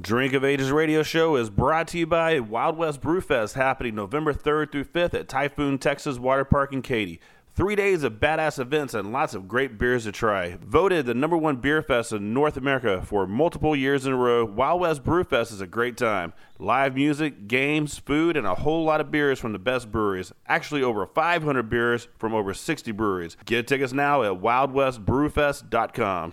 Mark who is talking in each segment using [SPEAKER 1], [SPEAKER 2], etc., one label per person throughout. [SPEAKER 1] Drink of Ages Radio Show is brought to you by Wild West Brewfest, happening November 3rd through 5th at Typhoon Texas Water Park in Katy. Three days of badass events and lots of great beers to try. Voted the number one beer fest in North America for multiple years in a row, Wild West Brewfest is a great time. Live music, games, food, and a whole lot of beers from the best breweries. Actually, over 500 beers from over 60 breweries. Get tickets now at wildwestbrewfest.com.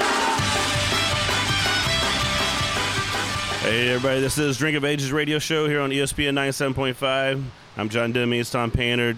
[SPEAKER 1] Hey everybody, this is Drink of Ages radio show here on E ESPN 97.5. I'm John Demme, it's Tom Painter,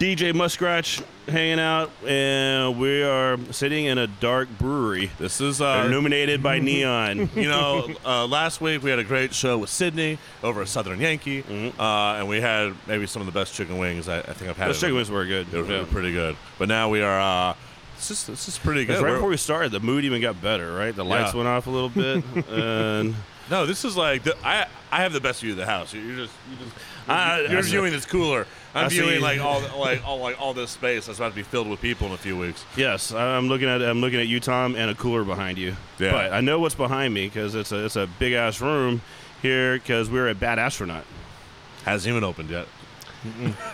[SPEAKER 1] DJ Muscratch hanging out, and we are sitting in a dark brewery
[SPEAKER 2] This is uh,
[SPEAKER 1] illuminated by neon.
[SPEAKER 2] you know, uh, last week we had a great show with Sydney over at Southern Yankee, uh, and we had maybe some of the best chicken wings I, I think I've had.
[SPEAKER 1] Mm-hmm. Those chicken wings were good.
[SPEAKER 2] They were
[SPEAKER 1] Yeah.
[SPEAKER 2] pretty good. But now we are. Uh, this is this is pretty good.
[SPEAKER 1] Because right
[SPEAKER 2] We're-
[SPEAKER 1] before we started, the mood even got better, right? The lights
[SPEAKER 2] Yeah.
[SPEAKER 1] went off a little bit, and
[SPEAKER 2] no, this is like the, I I have the best view of the house. You're just you just
[SPEAKER 1] I-
[SPEAKER 2] you're
[SPEAKER 1] I see.
[SPEAKER 2] viewing this cooler. I'm
[SPEAKER 1] I see.
[SPEAKER 2] viewing like all the- like all like all this space that's about to be filled with people in a few weeks.
[SPEAKER 1] yes, I- I'm looking at I'm looking at you, Tom, and a cooler behind you.
[SPEAKER 2] Yeah.
[SPEAKER 1] But I know what's behind me because it's a it's a big ass room here because we're at Bad Astronaut.
[SPEAKER 2] Hasn't even opened yet.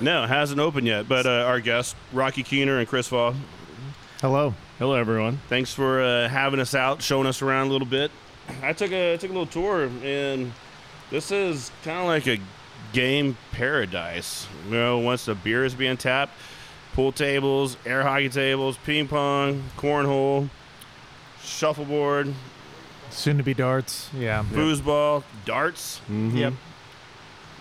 [SPEAKER 1] No, it hasn't opened yet. But uh, our guests, Rocky Keener and Chris Fall,
[SPEAKER 3] Hello. Hello, everyone.
[SPEAKER 1] thanks for uh, having us out, showing us around a little bit. I took a I took a little tour, and this is kind of like a game paradise. You know, once the beer is being tapped, pool tables, air hockey tables, ping pong, cornhole, shuffleboard,
[SPEAKER 3] Soon to be darts. Yeah.
[SPEAKER 1] foosball, darts.
[SPEAKER 4] Mm-hmm.
[SPEAKER 3] Yep.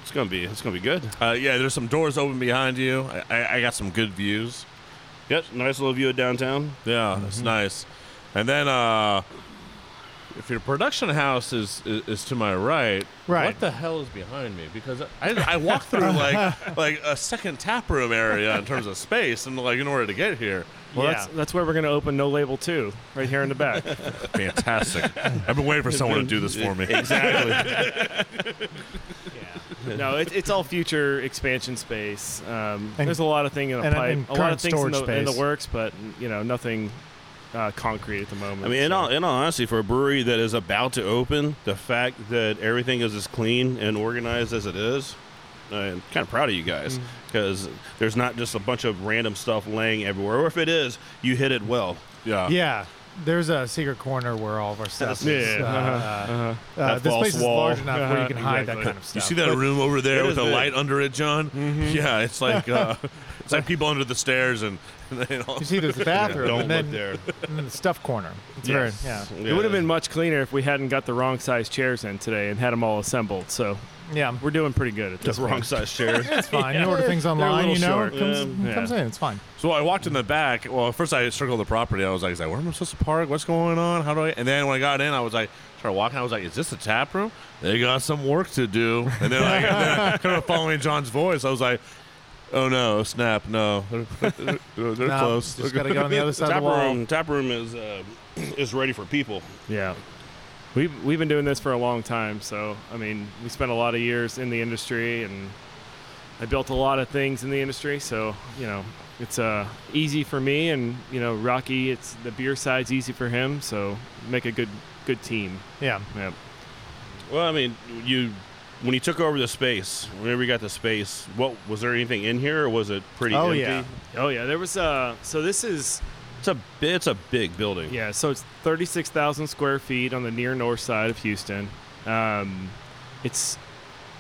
[SPEAKER 1] It's gonna be it's gonna be good.
[SPEAKER 2] Uh, yeah, there's some doors open behind you. I, I, I got some good views.
[SPEAKER 1] Yep, nice little view of downtown.
[SPEAKER 2] Yeah,
[SPEAKER 1] Mm-hmm.
[SPEAKER 2] that's nice. And then uh if your production house is is, is to my right,
[SPEAKER 3] Right.
[SPEAKER 2] what the hell is behind me? Because I, I walked through like like a second tap room area in terms of space and like in order to get here.
[SPEAKER 4] Well,
[SPEAKER 3] Yeah.
[SPEAKER 4] that's, that's where we're going to open No Label 2, right here in the back.
[SPEAKER 2] Fantastic. I've been waiting for someone to do this for me.
[SPEAKER 1] Exactly.
[SPEAKER 4] no, it, it's all future expansion space. Um,
[SPEAKER 3] And-
[SPEAKER 4] there's a lot of things in the
[SPEAKER 3] and-
[SPEAKER 4] pipe,
[SPEAKER 3] and
[SPEAKER 4] a lot
[SPEAKER 3] current
[SPEAKER 4] of things in the,
[SPEAKER 3] storage
[SPEAKER 4] in the
[SPEAKER 3] space.
[SPEAKER 4] works, but you know nothing uh, concrete at the moment.
[SPEAKER 1] I mean, in
[SPEAKER 4] so.
[SPEAKER 1] all, in all honesty, for a brewery that is about to open, the fact that everything is as clean and organized as it is, I'm kind of proud of you guys
[SPEAKER 3] Mm.
[SPEAKER 1] because there's not just a bunch of random stuff laying everywhere. Or if it is, you hit it well.
[SPEAKER 2] Yeah.
[SPEAKER 3] Yeah. There's a secret corner where all of our stuff
[SPEAKER 4] Yeah,
[SPEAKER 3] is. uh,
[SPEAKER 4] uh-huh,
[SPEAKER 3] uh, uh,
[SPEAKER 1] That
[SPEAKER 3] this
[SPEAKER 1] false
[SPEAKER 3] place
[SPEAKER 1] wall.
[SPEAKER 3] is large enough where you can hide
[SPEAKER 4] Exactly.
[SPEAKER 3] that kind of stuff.
[SPEAKER 2] You see that room over
[SPEAKER 1] it
[SPEAKER 2] there
[SPEAKER 1] is
[SPEAKER 2] with the
[SPEAKER 1] big.
[SPEAKER 2] light under it, John? Yeah, it's like uh, it's like people under the stairs and, and they all-
[SPEAKER 3] You see there's the bathroom.
[SPEAKER 1] Don't
[SPEAKER 3] and then,
[SPEAKER 1] look there.
[SPEAKER 3] and then the stuff corner. It's
[SPEAKER 1] Yes.
[SPEAKER 3] very, yeah.
[SPEAKER 4] it would have been much cleaner if we hadn't got the wrong size chairs in today and had them all assembled. So
[SPEAKER 3] Yeah.
[SPEAKER 4] we're doing pretty good at this.
[SPEAKER 1] the wrong size chair.
[SPEAKER 3] It's fine. You order things
[SPEAKER 4] a
[SPEAKER 3] online,
[SPEAKER 4] little
[SPEAKER 3] you know.
[SPEAKER 4] short.
[SPEAKER 3] It comes,
[SPEAKER 4] Yeah.
[SPEAKER 3] it comes
[SPEAKER 4] Yeah.
[SPEAKER 3] in. It's fine.
[SPEAKER 2] So I walked in the back. Well, first I circled the property. I was like, "Is that where am I supposed to park? What's going on? How do I?" And then when I got in, I was like, started walking. I was like, "Is this a tap room? They got some work to do." And then, like, and then I kind of following John's voice, I was like, "Oh no, snap! No, they're, they're, they're
[SPEAKER 3] No,
[SPEAKER 2] close."
[SPEAKER 3] Just got to go on the other side of
[SPEAKER 1] tap
[SPEAKER 3] the wall.
[SPEAKER 1] room, tap room is uh, is ready for people.
[SPEAKER 4] Yeah. We've, we've been doing this for a long time. So, I mean, we spent a lot of years in the industry and I built a lot of things in the industry. So, you know, it's uh, easy for me and, you know, Rocky, it's the beer side's easy for him. So make a good, good team.
[SPEAKER 3] Yeah.
[SPEAKER 4] Yeah.
[SPEAKER 1] Well, I mean, you when you took over the space, whenever you got the space, what was there anything in here, or was it pretty
[SPEAKER 3] Oh,
[SPEAKER 1] empty?
[SPEAKER 3] yeah.
[SPEAKER 4] Oh yeah. There was, uh, so this is,
[SPEAKER 1] It's a bi- it's a big building.
[SPEAKER 4] Yeah, so it's 36,000 square feet on the near north side of Houston. Um, it's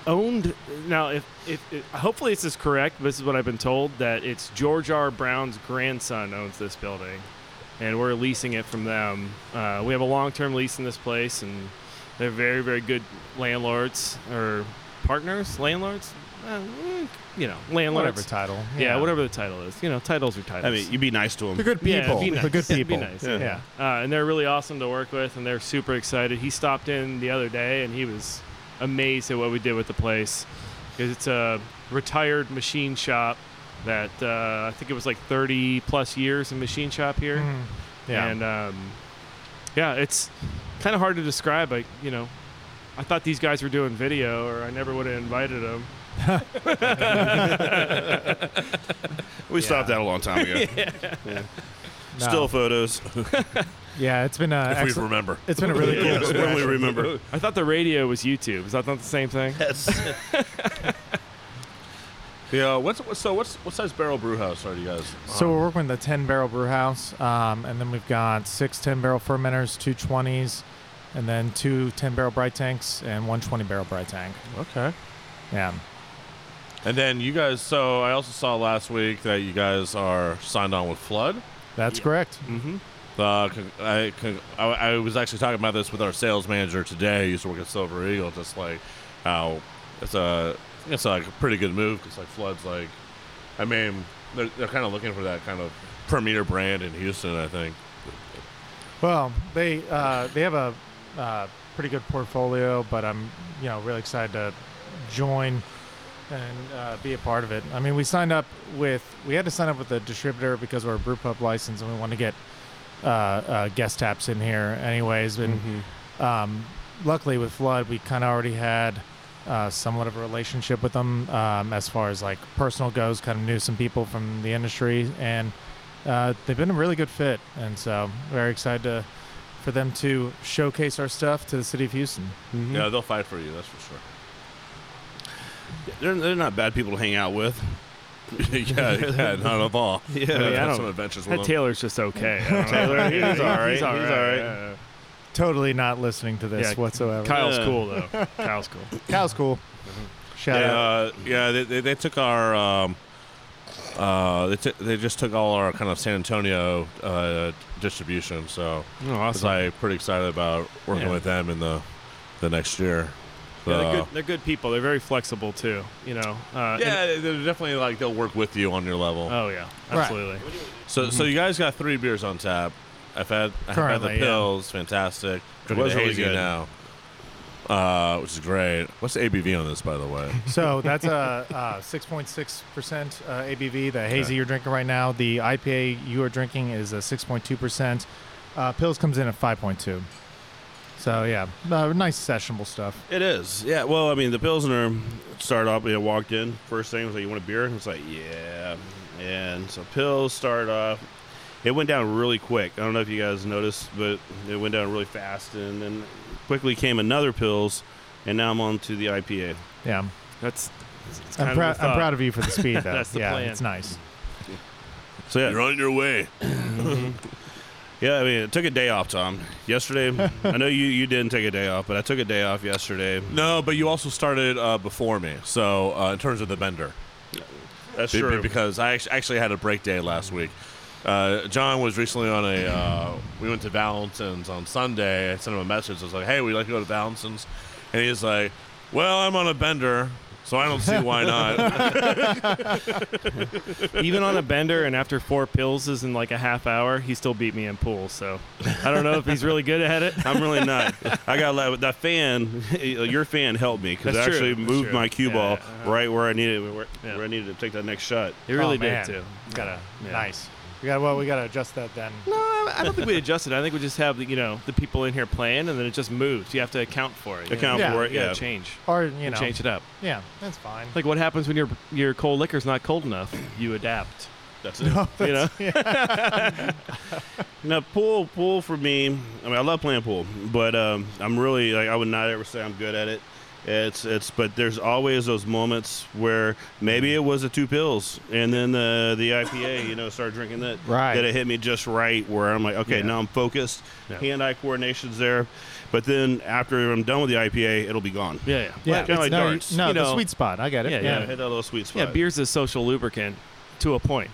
[SPEAKER 4] owned now. If, if, if hopefully this is correct, but this is what I've been told that it's George R. Brown's grandson owns this building, and we're leasing it from them. Uh, we have a long-term lease in this place, and they're very, very good landlords or partners, landlords. Uh, eh, you know, landlords.
[SPEAKER 3] Whatever title.
[SPEAKER 4] Yeah, whatever the title is. You know, titles are titles.
[SPEAKER 1] I mean, you be nice to
[SPEAKER 3] They're
[SPEAKER 1] them.
[SPEAKER 3] good
[SPEAKER 4] Yeah,
[SPEAKER 3] people.
[SPEAKER 4] be
[SPEAKER 3] They're
[SPEAKER 4] nice.
[SPEAKER 3] good
[SPEAKER 4] Yeah, be
[SPEAKER 3] people.
[SPEAKER 4] nice,
[SPEAKER 1] yeah.
[SPEAKER 3] yeah.
[SPEAKER 4] uh, and they're really awesome to work with, and they're super excited. He stopped in the other day, and he was amazed at what we did with the place. 'Cause It's a retired machine shop that uh, I think it was like 30 plus years in machine shop here.
[SPEAKER 3] Mm-hmm. Yeah.
[SPEAKER 4] And um, yeah, it's kind of hard to describe. I, you know, I thought these guys were doing video, or I never would have invited them.
[SPEAKER 2] We stopped that a long time ago.
[SPEAKER 3] No.
[SPEAKER 1] Still photos.
[SPEAKER 3] yeah, it's been a
[SPEAKER 2] If we
[SPEAKER 3] excellent,
[SPEAKER 2] remember.
[SPEAKER 3] it's been a really cool.
[SPEAKER 1] Yes, when we remember.
[SPEAKER 4] I thought the radio was YouTube. Is that not the same thing?
[SPEAKER 2] Yeah. What's what- so? What's what size barrel brew house are you guys?
[SPEAKER 3] So we're working with the 10 barrel brew house, um, and then we've got six 10 barrel fermenters, two 20s, and then two 10 barrel bright tanks and one 20 barrel bright tank.
[SPEAKER 2] okay.
[SPEAKER 3] Yeah.
[SPEAKER 2] And then you guys. So I also saw last week that you guys are signed on with Flood.
[SPEAKER 3] That's correct.
[SPEAKER 2] Uh, con- I, con- I, I was actually talking about this with our sales manager today. He used to work at Silver Eagle. Just like how it's a it's like a pretty good move because like Flood's like, I mean, they're they're kind of looking for that kind of premier brand in Houston. I think.
[SPEAKER 3] Well, they uh, they have a uh, pretty good portfolio, but I'm you know really excited to join and uh, be a part of it. I mean, we signed up with we had to sign up with the distributor because we're a brew pub license and we want to get uh, uh, guest taps in here, anyways. And um, luckily with Flood, we kind of already had. Uh, somewhat of a relationship with them um, as far as like personal goes kind of knew some people from the industry and uh, they've been a really good fit, and so very excited to, for them to showcase our stuff to the city of Houston.
[SPEAKER 1] Mm-hmm.
[SPEAKER 2] Yeah, they'll fight for you. That's for sure.
[SPEAKER 1] They're, they're not bad people to hang out with.
[SPEAKER 2] yeah, yeah, not at all. Yeah,
[SPEAKER 4] I
[SPEAKER 2] had
[SPEAKER 4] don't-
[SPEAKER 2] some adventures with
[SPEAKER 4] That
[SPEAKER 2] them.
[SPEAKER 4] Taylor's just okay. I don't know. Taylor,
[SPEAKER 1] he's all right.
[SPEAKER 4] He's all right.
[SPEAKER 1] He's all right.
[SPEAKER 4] yeah.
[SPEAKER 3] Totally not listening to this
[SPEAKER 4] Yeah, Mm-hmm.
[SPEAKER 3] whatsoever.
[SPEAKER 4] Kyle's
[SPEAKER 1] Yeah.
[SPEAKER 4] cool though. Kyle's cool.
[SPEAKER 3] Kyle's cool. Shout
[SPEAKER 2] Yeah,
[SPEAKER 3] out.
[SPEAKER 2] uh, yeah. They, they, they took our. Um, uh, they, took they just took all our kind of San Antonio uh, distribution, so
[SPEAKER 4] Oh,
[SPEAKER 2] I was
[SPEAKER 4] awesome.
[SPEAKER 2] like pretty excited about working
[SPEAKER 4] Yeah.
[SPEAKER 2] with them in the the next year.
[SPEAKER 4] Yeah,
[SPEAKER 3] uh,
[SPEAKER 4] they're,
[SPEAKER 2] So-
[SPEAKER 4] good, they're good people. They're very flexible too. You know. Uh, and-
[SPEAKER 2] yeah, they- they're definitely like they'll work with you on your level.
[SPEAKER 4] oh yeah.
[SPEAKER 3] Right.
[SPEAKER 4] Absolutely.
[SPEAKER 2] so so you guys got three beers on tap. I've had I've had the
[SPEAKER 3] Currently, yeah.
[SPEAKER 2] pills, fantastic. Drinking
[SPEAKER 1] was
[SPEAKER 2] the
[SPEAKER 1] really
[SPEAKER 2] hazy
[SPEAKER 1] good.
[SPEAKER 2] now, uh, which is great. What's the ABV on this, by the way?
[SPEAKER 3] So that's a six point six percent uh, ABV. The hazy you're drinking right now, the IPA you are drinking is a six point two percent. Uh, Pills comes in at five point two. So yeah, uh, nice sessionable stuff.
[SPEAKER 1] It is. Yeah. Well, I mean, the Pilsner started off, you know, walked in. First thing was like, you want a beer? And it's like, yeah. And so Pills started off. It went down really quick. I don't know if you guys noticed, but it went down really fast. And then quickly came another Pills. And now I'm on to the IPA.
[SPEAKER 3] Yeah,
[SPEAKER 4] That's. that's kind
[SPEAKER 3] I'm
[SPEAKER 4] of
[SPEAKER 3] proud.
[SPEAKER 4] the
[SPEAKER 3] I'm
[SPEAKER 4] thought.
[SPEAKER 3] proud of you for the speed though.
[SPEAKER 4] That's the
[SPEAKER 3] yeah,
[SPEAKER 4] plan.
[SPEAKER 3] it's nice.
[SPEAKER 1] So, yeah.
[SPEAKER 2] You're on your way.
[SPEAKER 1] Yeah, I mean, it took a day off, Tom. Yesterday, I know you, you didn't take a day off, but I took a day off yesterday.
[SPEAKER 2] No, but you also started uh, before me. So uh, in terms of the bender,
[SPEAKER 1] That's
[SPEAKER 2] Be- be-
[SPEAKER 1] true.
[SPEAKER 2] because I act- actually had a break day last week. Uh, John was recently on a. Uh, we went to Valentine's on Sunday. I sent him a message. I was like, "Hey, we'd like to go to Valentine's," and he's like, "Well, I'm on a bender, so I don't see why not."
[SPEAKER 4] Even on a bender and after four pills is in like a half hour, he still beat me in pool. So I don't know if he's really good at it.
[SPEAKER 1] I'm really not. I got that, that fan. Your fan helped me because I
[SPEAKER 4] That's true.
[SPEAKER 1] actually
[SPEAKER 4] That's
[SPEAKER 1] moved
[SPEAKER 4] true.
[SPEAKER 1] my cue
[SPEAKER 4] Yeah,
[SPEAKER 1] ball
[SPEAKER 4] uh-huh.
[SPEAKER 1] right where I needed where,
[SPEAKER 4] Yeah.
[SPEAKER 1] where I needed to take that next shot.
[SPEAKER 4] He really
[SPEAKER 3] Oh,
[SPEAKER 4] did
[SPEAKER 3] man.
[SPEAKER 4] too. Gotta yeah.
[SPEAKER 3] Nice. We got well. We got to adjust that then.
[SPEAKER 4] No, I I don't think we adjusted. I think we just have the, you know the people in here playing, and then it just moves. You have to account for it. you know?
[SPEAKER 1] Account
[SPEAKER 3] Yeah.
[SPEAKER 1] for it.
[SPEAKER 4] You gotta
[SPEAKER 1] Yeah.
[SPEAKER 4] change.
[SPEAKER 3] Or you know,
[SPEAKER 4] change it up.
[SPEAKER 3] Yeah, that's fine.
[SPEAKER 4] Like what happens when your your cold liquor's not cold enough? You adapt.
[SPEAKER 1] That's it.
[SPEAKER 4] You know.
[SPEAKER 1] Now pool, pool for me. I mean, I love playing pool, but um, I'm really like I would not ever say I'm good at it. It's it's but there's always those moments where maybe it was the two pills and then the the IPA, you know, started drinking that.
[SPEAKER 3] Right.
[SPEAKER 1] That it hit me just right where I'm like, okay, now I'm focused. Hand eye coordination's there, but then after I'm done with the IPA, it'll be gone.
[SPEAKER 4] Yeah. Yeah.
[SPEAKER 1] Yeah, kinda
[SPEAKER 3] it's-
[SPEAKER 1] like
[SPEAKER 3] no, you-
[SPEAKER 1] darts.
[SPEAKER 3] no,
[SPEAKER 4] You
[SPEAKER 3] the
[SPEAKER 4] know-
[SPEAKER 3] sweet spot. I get it.
[SPEAKER 4] Yeah,
[SPEAKER 1] Yeah,
[SPEAKER 4] yeah.
[SPEAKER 1] hit that little sweet spot.
[SPEAKER 4] Yeah, beer's a social lubricant to a point.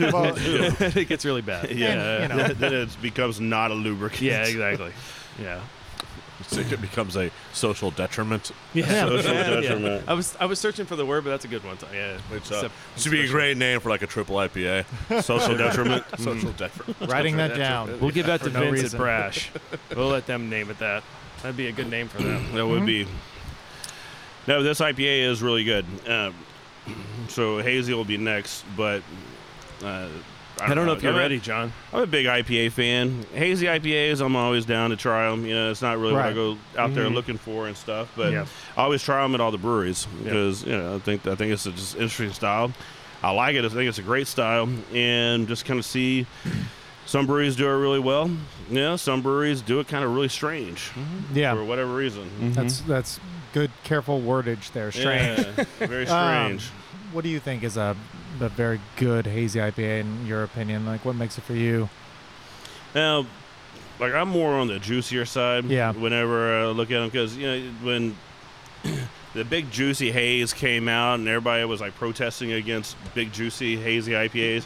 [SPEAKER 3] Well,
[SPEAKER 4] it gets really bad.
[SPEAKER 1] Yeah,
[SPEAKER 3] And, you know.
[SPEAKER 1] then it becomes not a lubricant.
[SPEAKER 4] Yeah, exactly. Yeah.
[SPEAKER 2] so it becomes a social detriment.
[SPEAKER 4] Yeah.
[SPEAKER 1] Social
[SPEAKER 4] Yeah, yeah.
[SPEAKER 1] detriment.
[SPEAKER 4] I was I was searching for the word, but that's a good one. Yeah.
[SPEAKER 2] Which uh,
[SPEAKER 4] Sep-
[SPEAKER 2] should be a great name for like a triple IPA.
[SPEAKER 1] Social detriment.
[SPEAKER 2] social detriment.
[SPEAKER 3] writing that down.
[SPEAKER 4] We'll give that to
[SPEAKER 3] For no
[SPEAKER 4] Vince
[SPEAKER 3] reason.
[SPEAKER 4] at Brash. We'll let them name it that. That'd be a good name for them.
[SPEAKER 1] That would be. No, this IPA is really good. Um,
[SPEAKER 2] So hazy will be next, but uh, I, don't
[SPEAKER 4] I don't know if you're
[SPEAKER 2] I'm a-
[SPEAKER 4] ready, John.
[SPEAKER 2] I'm a big IPA fan. Hazy IPAs, I'm always down to try them. You know, it's not really what I
[SPEAKER 3] Right. Mm-hmm.
[SPEAKER 2] go out there looking for and stuff, but
[SPEAKER 4] Yeah.
[SPEAKER 2] I always try them at all the breweries
[SPEAKER 4] Yeah.
[SPEAKER 2] because you know I think I think it's a just interesting style. I like it. I think it's a great style, and just kind of see some breweries do it really well. Yeah, some breweries do it kind of really strange
[SPEAKER 3] Yeah,
[SPEAKER 2] for whatever reason.
[SPEAKER 3] that's that's good, careful wordage there. Strange.
[SPEAKER 2] Yeah, very
[SPEAKER 3] Um,
[SPEAKER 2] strange.
[SPEAKER 3] what do you think is a, a very good hazy IPA in your opinion? Like, what makes it for you?
[SPEAKER 2] Now, like I'm more on the juicier side.
[SPEAKER 3] Yeah.
[SPEAKER 2] Whenever I look at them, because you know when the big juicy haze came out and everybody was like protesting against big juicy hazy IPAs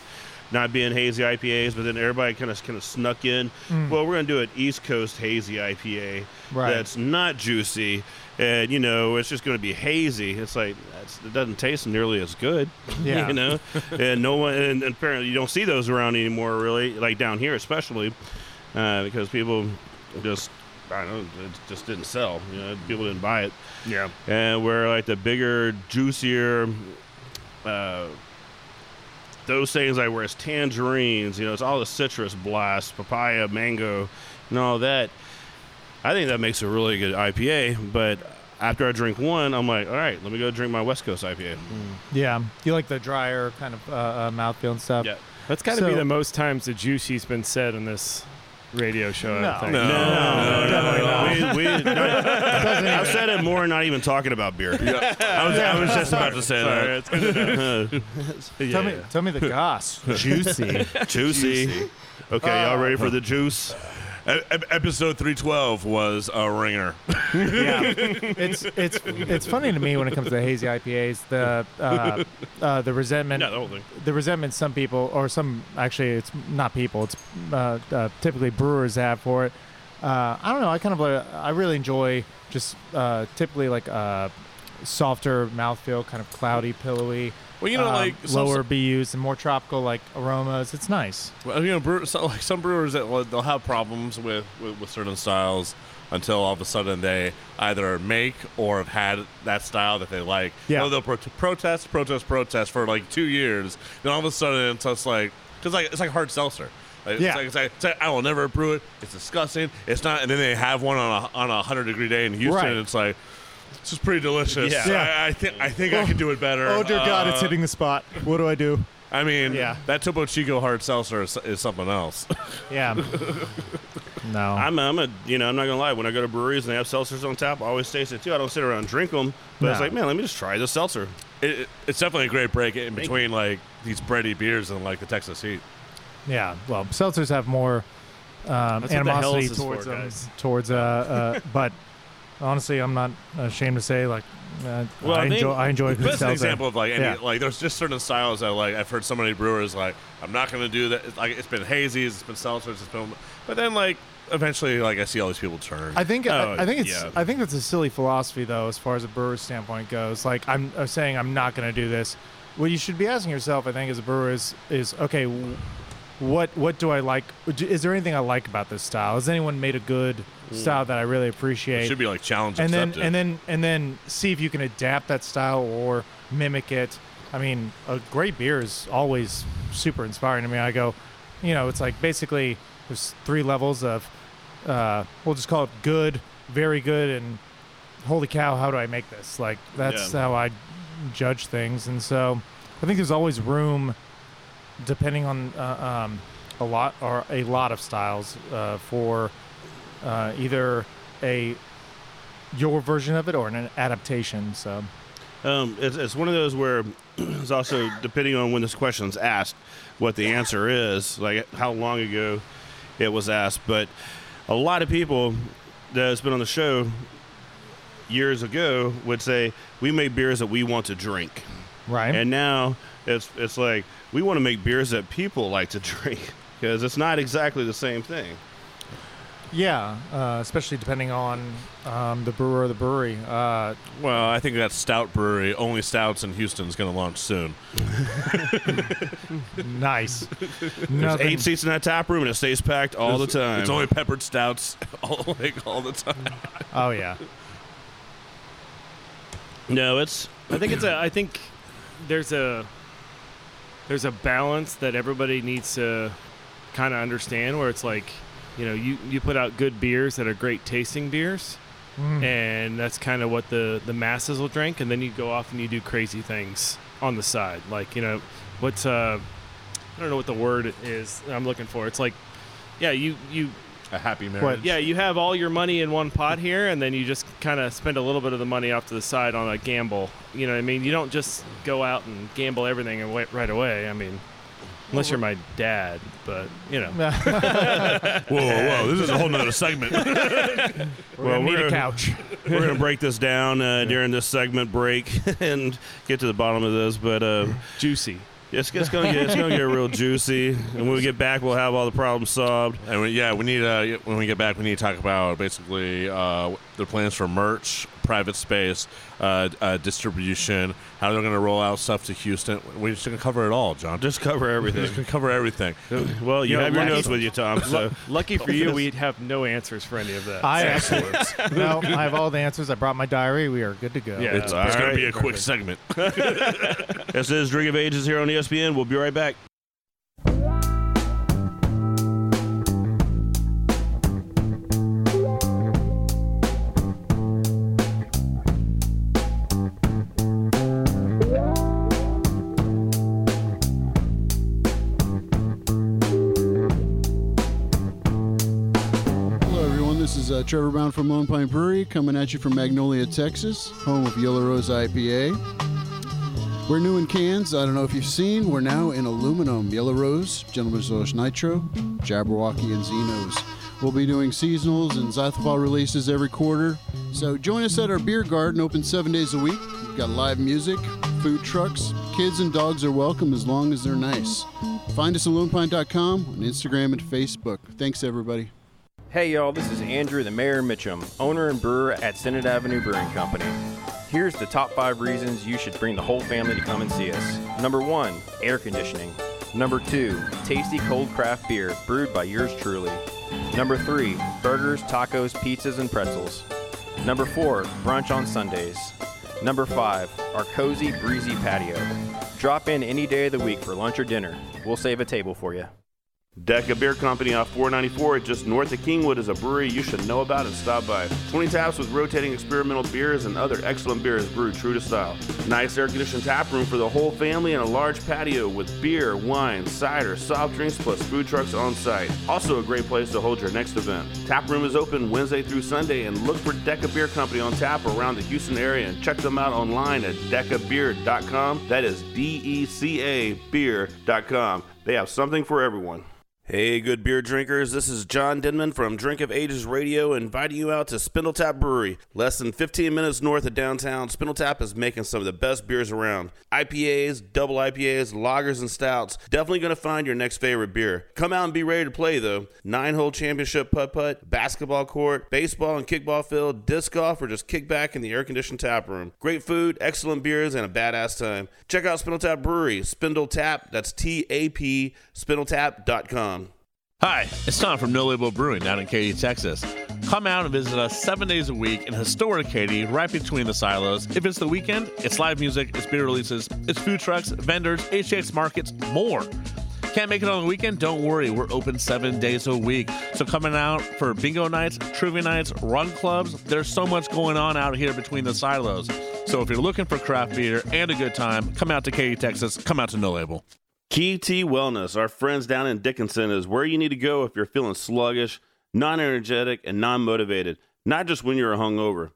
[SPEAKER 2] not being hazy IPAs, but then everybody kind of kind of snuck in. Well, we're gonna do an East Coast hazy IPA
[SPEAKER 3] Mm. Right.
[SPEAKER 2] that's not juicy, and you know it's just gonna be hazy. It's like that's, it doesn't taste nearly as good.
[SPEAKER 3] Yeah.
[SPEAKER 2] you know, and no one and apparently you don't see those around anymore. Really, like down here especially uh, because people just I don't know, it just didn't sell. You know, people didn't buy it.
[SPEAKER 4] Yeah.
[SPEAKER 2] And where like the bigger, juicier, uh, those things like where it's tangerines, you know, it's all the citrus blast, papaya, mango, and all that. I think that makes a really good IPA. But after I drink one, I'm like, all right, let me go drink my West Coast IPA.
[SPEAKER 3] Yeah, you like the drier kind of uh, uh, mouthfeel and stuff.
[SPEAKER 2] Yeah.
[SPEAKER 4] That's got to be
[SPEAKER 3] So-
[SPEAKER 4] the most times the juicy's been said in this radio show. I
[SPEAKER 3] No.
[SPEAKER 4] think.
[SPEAKER 5] No, no,
[SPEAKER 2] We, we, I've said it more, not even talking about beer.
[SPEAKER 5] I was, I was just about to say
[SPEAKER 2] Sorry,
[SPEAKER 5] that.
[SPEAKER 2] it's good to know.
[SPEAKER 3] Tell me, tell me the goss. Juicy.
[SPEAKER 2] Juicy. Okay, y'all ready for the juice?
[SPEAKER 5] E- ep- episode 312 was a ringer.
[SPEAKER 3] yeah, it's it's it's funny to me when it comes to hazy IPAs. The uh, uh, the resentment,
[SPEAKER 2] Yeah, the whole thing.
[SPEAKER 3] the resentment some people or some actually it's not people. It's uh, uh, typically brewers have for it. Uh, I don't know. I kind of uh, I really enjoy just uh, typically like uh, softer mouthfeel, kind of cloudy, pillowy.
[SPEAKER 5] Well, you know,
[SPEAKER 3] um,
[SPEAKER 5] like some-
[SPEAKER 3] lower BUs and more tropical like aromas. It's nice.
[SPEAKER 5] Well, you know, brewer, so, like some brewers that will- they'll have problems with, with with certain styles until all of a sudden they either make or have had that style that they like.
[SPEAKER 3] Yeah.
[SPEAKER 5] So they'll pro- protest, protest, protest for like two years. Then all of a sudden it's just like because like it's like hard seltzer. Like,
[SPEAKER 3] Yeah.
[SPEAKER 5] It's like, it's like, it's like, I will never brew it. It's disgusting. It's not. And then they have one on a on a hundred degree day in Houston.
[SPEAKER 3] Right.
[SPEAKER 5] And it's like. This is pretty delicious.
[SPEAKER 3] Yeah. Yeah. Oh,
[SPEAKER 5] I, I think I think I could do it better. Uh,
[SPEAKER 3] the spot. What do I do?
[SPEAKER 5] I mean,
[SPEAKER 3] Yeah.
[SPEAKER 5] that Topo Chico hard seltzer is, is something else.
[SPEAKER 3] Yeah. no.
[SPEAKER 2] I'm, I'm a, you know, I'm not gonna lie. When I go to breweries and they have seltzers on tap, I always taste it too. I don't sit around and drink them, but it's
[SPEAKER 3] No.
[SPEAKER 2] like, man, let me just try this seltzer.
[SPEAKER 5] It, it- it's definitely a great break in between like these bready beers and like the Texas heat.
[SPEAKER 3] Yeah, well, seltzers have more um,
[SPEAKER 4] That's what the hell
[SPEAKER 3] animosity
[SPEAKER 4] is this for,
[SPEAKER 3] towards them.
[SPEAKER 4] guys?
[SPEAKER 3] Towards uh, uh, but honestly, I'm not ashamed to say like, uh,
[SPEAKER 5] Well,
[SPEAKER 3] I,
[SPEAKER 5] I think-
[SPEAKER 3] enjoy. I enjoy a good
[SPEAKER 5] But that's an
[SPEAKER 3] seltzer.
[SPEAKER 5] example of like any,
[SPEAKER 3] Yeah.
[SPEAKER 5] like there's just certain styles that like I've heard so many brewers like I'm not going to do that. It's, like it's been hazies, it's been seltzers, it's been but then like eventually like I see all these people turn.
[SPEAKER 3] I think
[SPEAKER 5] Oh,
[SPEAKER 3] I, I think it's
[SPEAKER 5] yeah.
[SPEAKER 3] I think that's a silly philosophy though, as far as a brewer's standpoint goes. Like I'm, i saying, I'm not going to do this. What you should be asking yourself, I think, as a brewer is is okay. w- What what do I like? Do- Is there anything I like about this style? Has anyone made a good style that I really
[SPEAKER 5] it
[SPEAKER 3] appreciate?
[SPEAKER 5] Hmm. should be like challenge
[SPEAKER 3] and then
[SPEAKER 5] accepted.
[SPEAKER 3] and then and then see if you can adapt that style or mimic it. I mean, a great beer is always super inspiring to me. I go, you know, it's like basically there's three levels of, uh, we'll just call it good, very good, and holy cow, how do I make this? Like that's
[SPEAKER 2] Yeah.
[SPEAKER 3] how I judge things, and so I think there's always room, depending on uh, um, a lot or a lot of styles uh, for uh, either a your version of it or an adaptation. So
[SPEAKER 2] Um, it's, it's one of those where it's also depending on when this question's asked, what the answer is, like how long ago it was asked. But a lot of people that's been on the show years ago would say we make beers that we want to drink,
[SPEAKER 3] right,
[SPEAKER 2] and now it's it's like we want to make beers that people like to drink because it's not exactly the same thing.
[SPEAKER 3] yeah, uh, especially depending on um, the brewer or the brewery. Uh,
[SPEAKER 5] well, I think that stout brewery only stouts in Houston's going to launch soon.
[SPEAKER 3] nice.
[SPEAKER 2] There's
[SPEAKER 3] Nothing-
[SPEAKER 2] eight seats in that tap room and it stays packed all the time.
[SPEAKER 5] It's only peppered stouts all like all the time.
[SPEAKER 3] Oh yeah,
[SPEAKER 2] no, it's
[SPEAKER 4] I think it's a. I think there's a there's a balance that everybody needs to kind of understand where it's like you know you you put out good beers that are great tasting beers and that's kind of what the the masses will drink and then you go off and you do crazy things on the side like you know what's uh i don't know what the word is that i'm looking for it's like yeah you you
[SPEAKER 2] A happy marriage.
[SPEAKER 3] What?
[SPEAKER 4] yeah, you have all your money in one pot here, and then you just kind of spend a little bit of the money off to the side on a gamble. You know what I mean? You don't just go out and gamble everything away- right away. I mean, unless you're my dad, but, you know.
[SPEAKER 2] Whoa, whoa, this is a whole nother segment.
[SPEAKER 3] We're gonna
[SPEAKER 1] Well,
[SPEAKER 3] need
[SPEAKER 1] we're-
[SPEAKER 3] a couch.
[SPEAKER 1] We're going to break this down uh, during this segment break and get to the bottom of this. But uh,
[SPEAKER 4] Juicy.
[SPEAKER 1] it's, it's going to get it's going to get real juicy. And when we get back, we'll have all the problems solved.
[SPEAKER 2] and we, yeah, we need uh, when we get back, we need to talk about basically uh, the plans for merch, private space, uh, uh, distribution, how they're going to roll out stuff to Houston. We're just going to cover it all, John.
[SPEAKER 1] Just cover
[SPEAKER 2] We're just
[SPEAKER 1] everything.
[SPEAKER 2] going to cover everything.
[SPEAKER 1] Well, you
[SPEAKER 4] Yo,
[SPEAKER 1] have your
[SPEAKER 4] lucky-
[SPEAKER 1] notes with you, Tom. So
[SPEAKER 4] Lucky for you, we'd have no answers for any of that.
[SPEAKER 3] I actually, no, I have all the answers. I brought my diary. We are good to go.
[SPEAKER 4] Yeah.
[SPEAKER 2] It's,
[SPEAKER 1] all
[SPEAKER 2] it's going
[SPEAKER 1] right.
[SPEAKER 2] to be a quick segment.
[SPEAKER 1] this is Drink of Ages here on E ESPN. We'll be right back.
[SPEAKER 6] Hello, everyone. This is uh, Trevor Brown from Lone Pine Brewery coming at you from Magnolia, Texas, home of Yellow Rose IPA. We're new in cans. I don't know if you've seen. We're now in aluminum Yellow Rose, Gentleman's Rush Nitro, Jabberwocky, and Zenos. We'll be doing seasonals and Zythopal releases every quarter. So join us at our beer garden, open seven days a week. We've got live music, food trucks. Kids and dogs are welcome as long as they're nice. Find us at lonepine.com, on Instagram, and Facebook. Thanks, everybody.
[SPEAKER 7] Hey y'all, this is Andrew the Mayor Mitchum, owner and brewer at Senate Avenue Brewing Company. Here's the top five reasons you should bring the whole family to come and see us. Number one, air conditioning. Number two, tasty cold craft beer brewed by yours truly. Number three, burgers, tacos, pizzas, and pretzels. Number four, brunch on Sundays. Number five, our cozy, breezy patio. Drop in any day of the week for lunch or dinner. We'll save a table for you.
[SPEAKER 1] Deca Beer Company off 494 just north of Kingwood is a brewery you should know about and stop by. 20 taps with rotating experimental beers and other excellent beers brewed true to style. Nice air conditioned tap room for the whole family and a large patio with beer, wine, cider, soft drinks, plus food trucks on site. Also a great place to hold your next event. Tap room is open Wednesday through Sunday and look for Deca Beer Company on tap around the Houston area and check them out online at decabeer.com. That is D E C A beer.com. They have something for everyone. Hey, good beer drinkers. This is John Denman from Drink of Ages Radio inviting you out to Spindletop Brewery. Less than 15 minutes north of downtown, Spindletop is making some of the best beers around IPAs, double IPAs, lagers, and stouts. Definitely going to find your next favorite beer. Come out and be ready to play, though. Nine hole championship putt putt, basketball court, baseball and kickball field, disc golf, or just kick back in the air conditioned tap room. Great food, excellent beers, and a badass time. Check out Spindletop Brewery, Spindletap, that's T A P, spindletap.com.
[SPEAKER 2] Hi, it's Tom from No Label Brewing down in Katy, Texas. Come out and visit us seven days a week in historic Katy, right between the silos. If it's the weekend, it's live music, it's beer releases, it's food trucks, vendors, HX markets, more. Can't make it on the weekend? Don't worry, we're open seven days a week. So coming out for bingo nights, trivia nights, run clubs. There's so much going on out here between the silos. So if you're looking for craft beer and a good time, come out to Katy, Texas. Come out to No Label.
[SPEAKER 1] Key T Wellness, our friends down in Dickinson, is where you need to go if you're feeling sluggish, non energetic, and non motivated, not just when you're hungover.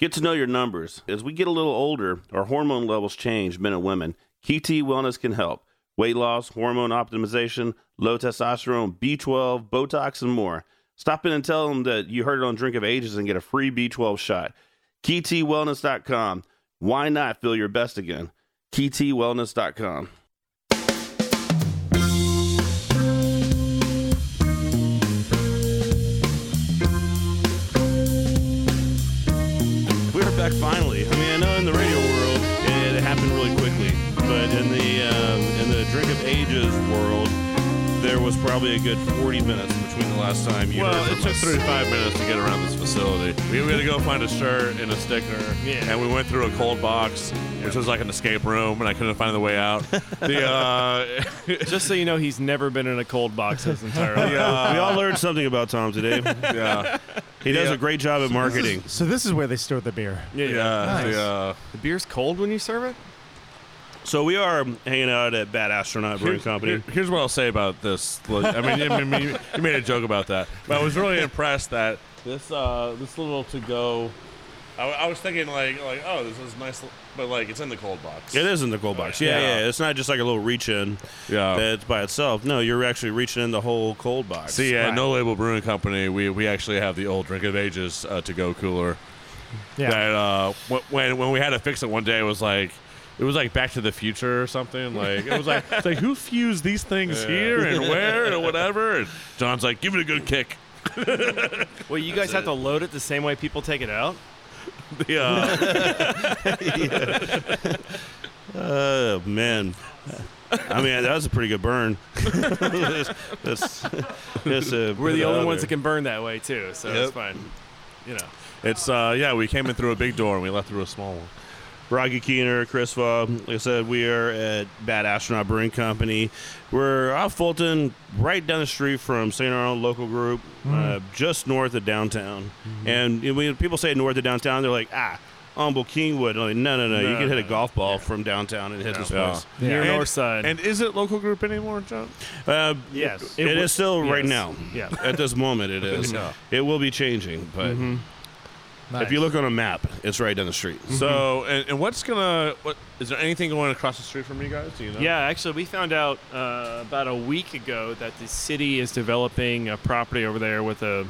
[SPEAKER 1] Get to know your numbers. As we get a little older, our hormone levels change, men and women. Key T Wellness can help. Weight loss, hormone optimization, low testosterone, B12, Botox, and more. Stop in and tell them that you heard it on Drink of Ages and get a free B12 shot. KeyTWellness.com. Why not feel your best again? KeyTWellness.com. We're back finally. I mean, I know in the radio world it happened really quickly, but in the um, in the drink of ages world,
[SPEAKER 2] there was probably a good 40 minutes between the last time you
[SPEAKER 4] Well,
[SPEAKER 2] heard
[SPEAKER 4] it
[SPEAKER 2] from
[SPEAKER 4] took
[SPEAKER 2] us. 35 minutes to get around this facility. We were to go find a shirt and a sticker,
[SPEAKER 4] Yeah.
[SPEAKER 2] and we went through a cold box, which was like an escape room, and I couldn't find the way out. the uh,
[SPEAKER 4] Just so you know, he's never been in a cold box his entire life.
[SPEAKER 2] yeah,
[SPEAKER 1] We all learned something about Tom today.
[SPEAKER 2] uh, yeah,
[SPEAKER 1] He does
[SPEAKER 2] Yeah.
[SPEAKER 1] a great job at marketing.
[SPEAKER 3] So this is where they stored the beer.
[SPEAKER 4] Yeah,
[SPEAKER 2] yeah,
[SPEAKER 3] Nice.
[SPEAKER 2] yeah.
[SPEAKER 4] The beer's cold when you serve it.
[SPEAKER 1] So we are hanging out at Bad Astronaut Brewing Company.
[SPEAKER 2] here- here's what I'll say about this. Look, I mean, I mean, you- you made a joke about that, but I was really impressed that this uh, this little to go. I, I was thinking like like oh this is nice, l- but like it's in the cold box.
[SPEAKER 1] It is in the cold box. Yeah, yeah,
[SPEAKER 2] Yeah.
[SPEAKER 1] It's not just like a little reach in
[SPEAKER 2] Yeah.
[SPEAKER 1] that's by itself. No, you're actually reaching in the whole cold box.
[SPEAKER 2] See, at
[SPEAKER 1] Right.
[SPEAKER 2] No Label Brewing Company, we, we actually have the old Drink of Ages uh, to go cooler.
[SPEAKER 3] Yeah.
[SPEAKER 2] That uh, wh- when when we had to fix it one day, it was like it was like Back to the Future or something. Like it was like it's like who fused these things here and where and whatever. And John's like, give it a good kick.
[SPEAKER 4] Well, you guys have to load it the same way people take it out.
[SPEAKER 2] The, uh,
[SPEAKER 1] Oh man. I mean, that was a pretty good burn. that's, that's, that's a-
[SPEAKER 4] We're the only
[SPEAKER 1] other-
[SPEAKER 4] ones that can burn that way too, so
[SPEAKER 2] Yep.
[SPEAKER 4] it's fine. You know,
[SPEAKER 2] It's uh yeah, we came in through a big door and we left through a small one.
[SPEAKER 1] Rocky Keener, Chris Faub. Like I said, we are at Bad Astronaut Brewing Company. We're off Fulton, right down the street from St. Arnold Local Group,
[SPEAKER 2] Mm-hmm.
[SPEAKER 1] uh, just north of downtown. And you know, when people say north of downtown, they're like, ah, Humble Kingwood. I'm like, no, no, no, You
[SPEAKER 2] No,
[SPEAKER 1] can hit a
[SPEAKER 2] no,
[SPEAKER 1] golf ball from downtown and hit this
[SPEAKER 2] Yeah.
[SPEAKER 1] place.
[SPEAKER 4] near
[SPEAKER 2] And-
[SPEAKER 4] north side.
[SPEAKER 2] And is it local group anymore, John?
[SPEAKER 1] Uh,
[SPEAKER 4] yes,
[SPEAKER 1] it is still right
[SPEAKER 4] yes.
[SPEAKER 1] now.
[SPEAKER 4] Yeah.
[SPEAKER 1] At this moment, it is.
[SPEAKER 2] Yeah.
[SPEAKER 1] It will be changing, but if you look on a map, it's right down the street.
[SPEAKER 2] So Mm-hmm. and, and what's gonna what is there anything going across the street from you guys? Do you know?
[SPEAKER 4] Yeah, actually, we found out uh, about a week ago that the city is developing a property over there with a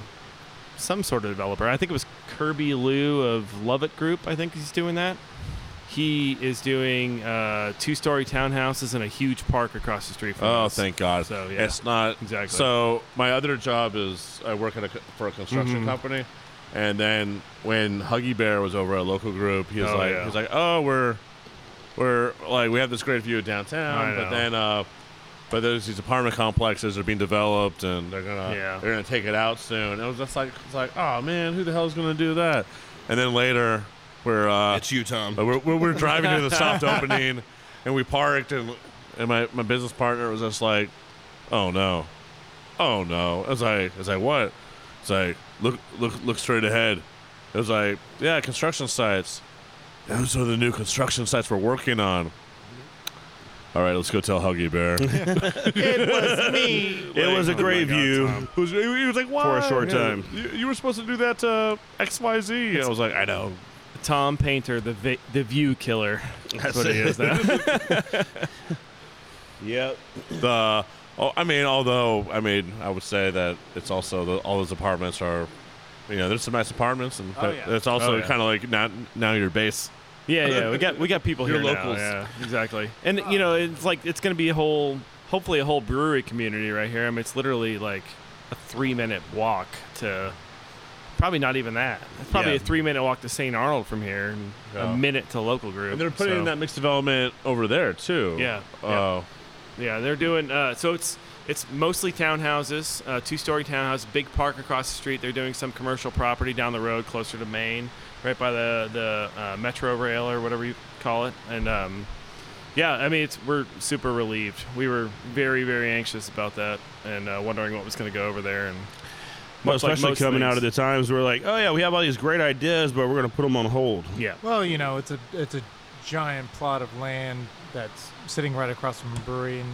[SPEAKER 4] some sort of developer. I think it was Kirby Lou of Lovett Group. I think he's doing that. He is doing uh, two-story townhouses and a huge park across the street from
[SPEAKER 2] Oh,
[SPEAKER 4] us.
[SPEAKER 2] thank God!
[SPEAKER 4] So, yeah.
[SPEAKER 2] It's not
[SPEAKER 4] Exactly.
[SPEAKER 2] So my other job is I work at a, co- for a construction company, and then when Huggy Bear was over at a local group, he was
[SPEAKER 4] Oh,
[SPEAKER 2] like,
[SPEAKER 4] yeah.
[SPEAKER 2] he's like, oh, we're we're like we have this great view of downtown,
[SPEAKER 4] I
[SPEAKER 2] but
[SPEAKER 4] know.
[SPEAKER 2] then uh, but there's these apartment complexes that are being developed, and they're gonna
[SPEAKER 4] Yeah.
[SPEAKER 2] they're gonna take it out soon. And it was just like it's like oh man, who the hell is gonna do that? And then later we're uh,
[SPEAKER 1] It's you, Tom.
[SPEAKER 2] but we're, we're, we're driving to the soft opening, and we parked, and and my, my business partner was just like, "Oh no, oh no." I was like, "I was like what?" It's like look look look straight ahead. It was like, "Yeah, construction sites. Those are the new construction sites we're working on." All right, let's go tell Huggy Bear.
[SPEAKER 1] it was a great view.
[SPEAKER 2] He was, he was like, "Why?"
[SPEAKER 1] a short
[SPEAKER 2] Yeah,
[SPEAKER 1] time.
[SPEAKER 2] You, you were supposed to do that uh, X Y Z. I was like, "I know."
[SPEAKER 4] Tom Painter, the vi- the view killer. That's what he is now.
[SPEAKER 1] Yep.
[SPEAKER 2] the oh, I mean, although I mean, I would say that it's also the, all those apartments are, you know, there's some nice apartments, and but
[SPEAKER 4] yeah.
[SPEAKER 2] it's also
[SPEAKER 4] Oh, yeah.
[SPEAKER 2] kind of like not now your base.
[SPEAKER 4] Yeah, yeah, we got we got people
[SPEAKER 2] Your
[SPEAKER 4] here now,
[SPEAKER 2] locals.
[SPEAKER 4] Yeah, exactly. And you know, it's like it's going to be a whole, hopefully, a whole brewery community right here. I mean, it's literally like a three-minute walk to, probably not even that. It's probably
[SPEAKER 2] Yeah.
[SPEAKER 4] a three-minute walk to St. Arnold from here, and
[SPEAKER 2] Yeah.
[SPEAKER 4] a minute to local group.
[SPEAKER 2] And they're putting
[SPEAKER 4] so-
[SPEAKER 2] that mixed development over there too.
[SPEAKER 4] Yeah,
[SPEAKER 2] Oh,
[SPEAKER 4] yeah. Yeah, they're doing. Uh, so it's it's mostly townhouses, uh, two-story townhouse, big park across the street. They're doing some commercial property down the road, closer to Maine, right by the the uh, metro rail or whatever you call it. And um, yeah, I mean, it's we're super relieved. We were very very anxious about that and uh, wondering what was going to go over there. And
[SPEAKER 1] Well,
[SPEAKER 4] much like
[SPEAKER 1] especially
[SPEAKER 4] most
[SPEAKER 1] coming out of
[SPEAKER 4] things.
[SPEAKER 1] the times where like, oh yeah, we have all these great ideas, but we're going to put them on hold.
[SPEAKER 4] yeah,
[SPEAKER 3] Well, you know, it's a it's a giant plot of land that's sitting right across from a brewery, and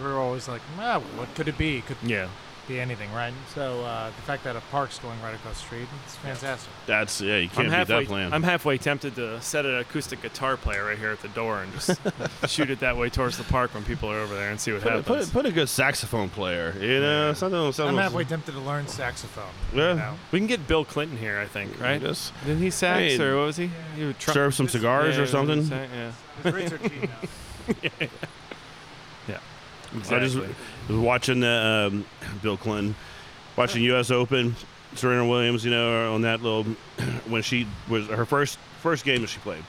[SPEAKER 3] we're always like, ah, what could it be? Could
[SPEAKER 4] yeah.
[SPEAKER 3] be anything, right? So uh, the fact that a park's going right across the street, it's fantastic.
[SPEAKER 1] That's yeah, you can't
[SPEAKER 4] I'm
[SPEAKER 1] beat
[SPEAKER 4] halfway.
[SPEAKER 1] that plan.
[SPEAKER 4] I'm halfway tempted to set an acoustic guitar player right here at the door and just shoot it that way towards the park when people are over there and see what
[SPEAKER 1] put,
[SPEAKER 4] happens.
[SPEAKER 1] put, put a good saxophone player, you know, something. something
[SPEAKER 3] I'm
[SPEAKER 4] Oh.
[SPEAKER 3] halfway tempted to learn saxophone.
[SPEAKER 1] Yeah.
[SPEAKER 3] You know?
[SPEAKER 4] We can get Bill Clinton here, I think, right?
[SPEAKER 1] Just
[SPEAKER 4] Didn't he sax
[SPEAKER 1] Hey,
[SPEAKER 4] or what was he? He would tru-
[SPEAKER 1] serve some cigars
[SPEAKER 4] yeah,
[SPEAKER 1] or something.
[SPEAKER 4] sax, yeah.
[SPEAKER 3] It's Richard Gene now.
[SPEAKER 1] I just
[SPEAKER 4] Exactly.
[SPEAKER 1] was watching the um, Bill Clinton, watching U.S. Open, Serena Williams, you know, on that little when she was her first first game that she played,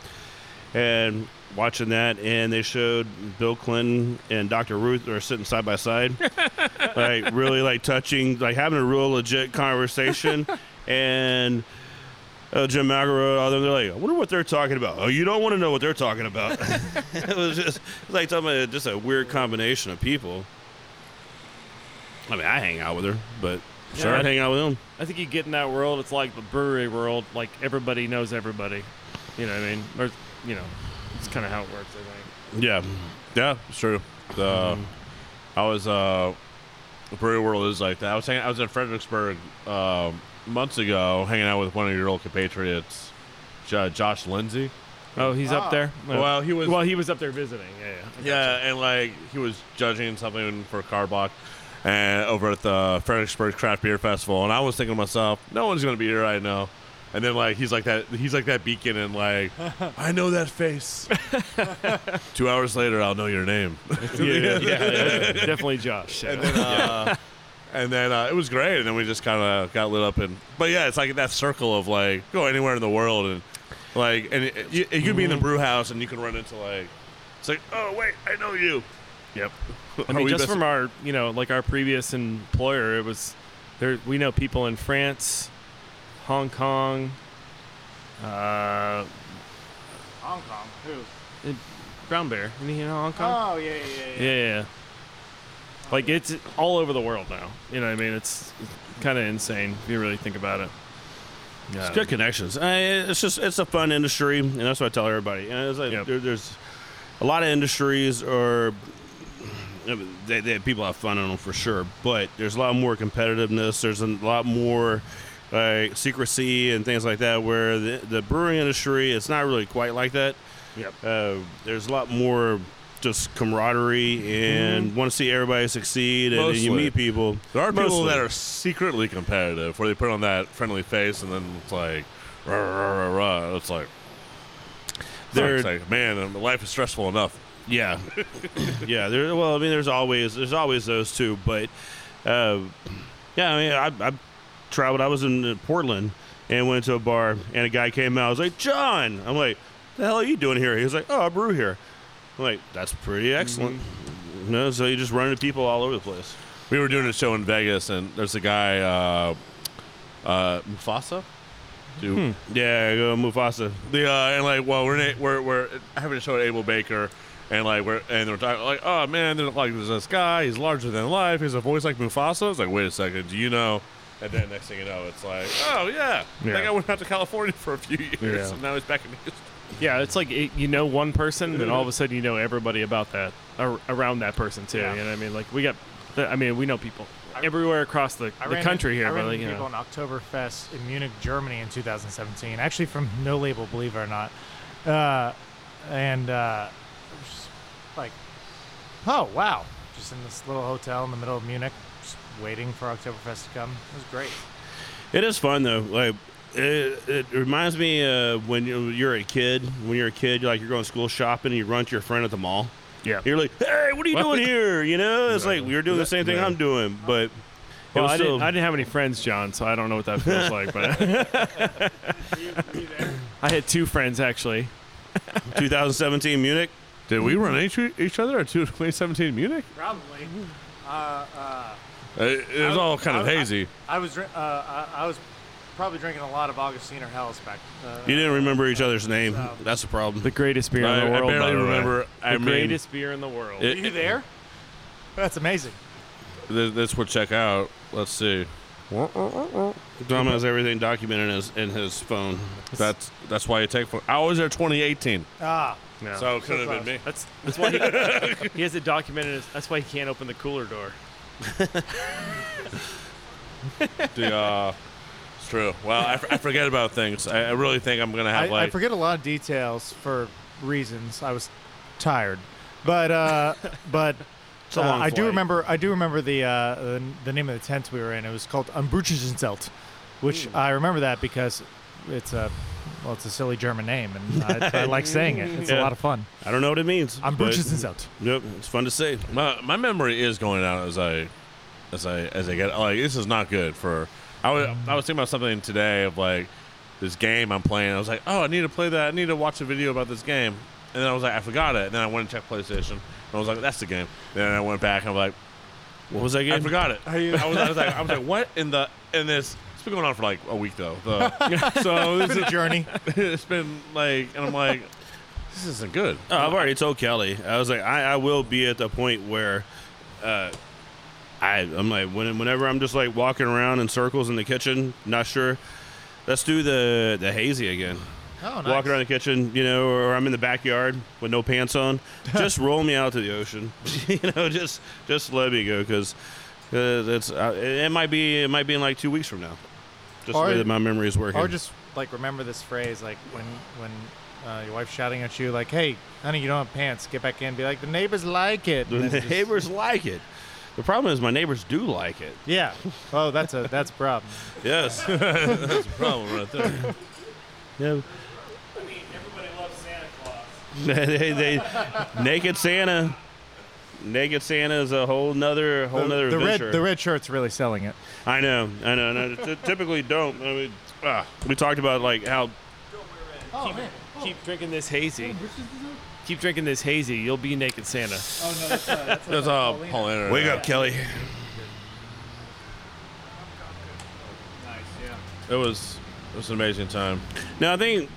[SPEAKER 1] and
[SPEAKER 2] watching that, and they showed Bill Clinton and Dr. Ruth are sitting side by side, like really like touching, like having a real legit conversation, and. Uh, Jim McElroy, all them, they're like, I wonder what they're talking about. Oh, you don't want to know what they're talking about. it was just it's like talking about just a weird combination of people. I mean, I hang out with her, but sure,
[SPEAKER 4] Yeah.
[SPEAKER 2] I'd hang out with him.
[SPEAKER 4] I think you get in that world. It's like the brewery world. Like everybody knows everybody. You know what I mean? Or you know, it's kind of how it works. I think.
[SPEAKER 2] Yeah, yeah, it's true. The I was uh, the brewery world is like that. I was hanging, I was in Fredericksburg uh, months ago, hanging out with one of your old compatriots, Jo- Josh Lindsay.
[SPEAKER 4] Oh, he's up there.
[SPEAKER 2] Well, he was-
[SPEAKER 4] Well, he was up there visiting. Yeah. yeah.
[SPEAKER 2] Yeah, and like he was judging something for Carbach and over at the Fredericksburg Craft Beer Festival, and I was thinking to myself, no one's gonna be here right now. And then like he's like that he's like that beacon and like I know that face. Two hours later, I'll know your name.
[SPEAKER 4] Yeah, yeah, yeah. Definitely Josh. Yeah.
[SPEAKER 2] Uh, and then uh, it was great, and then we just kind of got lit up. And but yeah, it's like that circle of like go anywhere in the world, and like and it, you, you could be in
[SPEAKER 4] Mm-hmm.
[SPEAKER 2] the brew house, and you can run into like it's like oh wait, I know you. Yep.
[SPEAKER 4] I mean, just from our, you know, like our previous employer, it was there. We know people in France, Hong Kong, uh,
[SPEAKER 3] Hong Kong. Who?
[SPEAKER 4] Brown Bear. You know Hong Kong?
[SPEAKER 3] Oh yeah, yeah,
[SPEAKER 4] yeah, yeah, yeah. Like it's all over the world now. You know, what I mean, it's, kind of insane if you really think about it. Yeah.
[SPEAKER 2] It's good connections. I, it's just it's a fun industry, and that's what I tell everybody. And it's like
[SPEAKER 4] Yep.
[SPEAKER 2] there, there's a lot of industries or they, they, people have fun in them for sure, but there's a lot more competitiveness. There's a lot more like secrecy and things like that. Where the, the brewing industry, it's not really quite like that.
[SPEAKER 4] Yep.
[SPEAKER 2] Uh, there's a lot more just camaraderie and
[SPEAKER 4] Mm-hmm.
[SPEAKER 2] want to see everybody succeed, and, and you
[SPEAKER 8] Mostly.
[SPEAKER 2] meet people.
[SPEAKER 8] There are people
[SPEAKER 2] Mostly.
[SPEAKER 8] that are secretly competitive, where they put on that friendly face and then it's like, rah, rah, rah, rah. it's like,
[SPEAKER 2] They're-
[SPEAKER 8] it's like, man, um, life is stressful enough.
[SPEAKER 2] Yeah, yeah. There, well, I mean, there's always there's always those two, but uh, yeah. I mean, I, I traveled. I was in uh, Portland and went to a bar, and a guy came out. I was like, John. I'm like, the hell are you doing here? He was like, Oh, I brew here. I'm like, that's pretty excellent. No, so you just run into people all over the place.
[SPEAKER 8] We were doing a show in Vegas, and there's a guy, uh, uh, Mufasa. Dude,
[SPEAKER 2] Yeah, go Mufasa.
[SPEAKER 8] The uh, and like, well, we're na- we're we're having a show at Abel Baker, and like we're and they're talking like, oh man, there's like there's this guy, he's larger than life, he's a voice like Mufasa. It's like, wait a second, do you know? And then next thing you know, it's like, oh yeah,
[SPEAKER 4] Yeah.
[SPEAKER 8] that guy went out to California for a few years,
[SPEAKER 4] Yeah.
[SPEAKER 8] and now he's back in Houston.
[SPEAKER 4] Mm-hmm. Yeah, it's like it, you know one person, and then all of a sudden you know everybody about that ar- around that person too. You know what I mean? Like we got, I mean, we know people everywhere across the,
[SPEAKER 3] I
[SPEAKER 4] the
[SPEAKER 3] ran
[SPEAKER 4] country
[SPEAKER 3] in-
[SPEAKER 4] here.
[SPEAKER 3] I
[SPEAKER 4] but
[SPEAKER 3] ran
[SPEAKER 4] like,
[SPEAKER 3] into
[SPEAKER 4] you
[SPEAKER 3] people
[SPEAKER 4] know.
[SPEAKER 3] in Oktoberfest in Munich, Germany, in 2017. Actually, from No Label, believe it or not. Uh, and uh, it was just like, oh wow, just in this little hotel in the middle of Munich, just waiting for Oktoberfest to come. It was great.
[SPEAKER 2] It is fun though. Like it, it reminds me uh, when you- you're a kid. When you're a kid, you're like you're going school shopping, and you run to your friend at the mall.
[SPEAKER 4] Yeah.
[SPEAKER 2] You're like, hey, what are you doing here? You know, it's like we are doing the same thing I'm doing, but it
[SPEAKER 4] Well,
[SPEAKER 2] was
[SPEAKER 4] I
[SPEAKER 2] still,
[SPEAKER 4] didn't, I didn't have any friends, John, so I don't know what that feels like. But I had two friends actually.
[SPEAKER 2] 2017 Munich.
[SPEAKER 8] Did we run each, each other at 2017 Munich?
[SPEAKER 3] Probably.
[SPEAKER 8] It, it was all kind of hazy.
[SPEAKER 3] I was dri- uh, I, I was probably drinking a lot of Augustiner Helles back. Uh,
[SPEAKER 2] You didn't remember each other's name. That's the problem.
[SPEAKER 4] The greatest beer
[SPEAKER 8] I,
[SPEAKER 4] in the
[SPEAKER 8] I
[SPEAKER 4] world. by
[SPEAKER 8] barely
[SPEAKER 4] the way.
[SPEAKER 8] remember.
[SPEAKER 4] The
[SPEAKER 8] I mean,
[SPEAKER 4] greatest beer in the world.
[SPEAKER 8] it-
[SPEAKER 3] were you there? That's amazing.
[SPEAKER 8] th- this would check out. Let's see.
[SPEAKER 2] Dom has everything documented in his, in his phone.
[SPEAKER 8] That's that's why you take. For, I was there 2018,
[SPEAKER 3] Ah,
[SPEAKER 4] No.
[SPEAKER 8] so it could have been me.
[SPEAKER 4] that's that's why he, he has it documented. As, that's why he can't open the cooler door.
[SPEAKER 8] The, uh, it's true. Well, I, f- I forget about things. I, I really think I'm gonna
[SPEAKER 3] I,
[SPEAKER 8] have
[SPEAKER 3] I
[SPEAKER 8] like
[SPEAKER 3] forget a lot of details for reasons. I was tired, but uh, but
[SPEAKER 2] a
[SPEAKER 3] uh,
[SPEAKER 2] long
[SPEAKER 3] I do
[SPEAKER 2] flight.
[SPEAKER 3] remember. I do remember the, uh, the the name of the tent we were in. It was called Umbruchenzelt, which I remember that because it's a well, it's a silly German name, and I, I like saying it. It's a lot of fun.
[SPEAKER 2] I don't know what it means. but-
[SPEAKER 3] Umbruchenzelt.
[SPEAKER 2] Yep, it's fun to say.
[SPEAKER 8] my, my memory is going out as I as I as I get like this is not good for. I was
[SPEAKER 4] Mm.
[SPEAKER 8] I was thinking about something today of like this game I'm playing. I was like, oh, I need to play that. I need to watch a video about this game.
[SPEAKER 9] and then I was like, I forgot it. And then I went and checked PlayStation, and I was like, that's the game. Then I went back, and I'm like,
[SPEAKER 4] What was that
[SPEAKER 9] I
[SPEAKER 4] game?
[SPEAKER 9] forgot it. I, I was, I was like, I was like, what in the in this? It's been going on for like a week though. The, so this is,
[SPEAKER 3] The journey.
[SPEAKER 9] it's been like, and I'm like, this isn't good.
[SPEAKER 2] Oh, I've already told Kelly. I was like, I, I will be at the point where, uh, I I'm like when, whenever I'm just like walking around in circles in the kitchen, not sure. Let's do the the hazy again.
[SPEAKER 3] Oh, nice.
[SPEAKER 2] Walking around the kitchen, you know, or I'm in the backyard with no pants on. Just roll me out to the ocean, you know. Just just let me go because uh, that's uh, it it might be it might be in like two weeks from now. Just
[SPEAKER 3] Or-
[SPEAKER 2] the way that my memory is working.
[SPEAKER 3] Or just like remember this phrase, like when when uh, your wife's shouting at you, like, "Hey, honey, you don't have pants. Get back in." Be like, "The neighbors like it."
[SPEAKER 2] the
[SPEAKER 3] And then just-
[SPEAKER 2] neighbors like it. The problem is my neighbors do like it.
[SPEAKER 3] Yeah. Oh, that's a that's a problem.
[SPEAKER 2] Yes.
[SPEAKER 9] That's a problem right there.
[SPEAKER 2] Yeah.
[SPEAKER 4] I mean, everybody loves Santa Claus.
[SPEAKER 2] they, they, naked Santa. Naked Santa is a whole nother whole nother
[SPEAKER 3] the red
[SPEAKER 2] adventure.
[SPEAKER 3] the red shirt's really selling it.
[SPEAKER 2] I know, I know, and I t- typically don't. I mean, ah, we talked about like how
[SPEAKER 4] keep, keep drinking this hazy. Keep drinking this hazy. You'll be naked Santa.
[SPEAKER 9] That's uh, Paulina.
[SPEAKER 2] wake up, Kelly.
[SPEAKER 9] It was it was an amazing time.
[SPEAKER 2] Now I think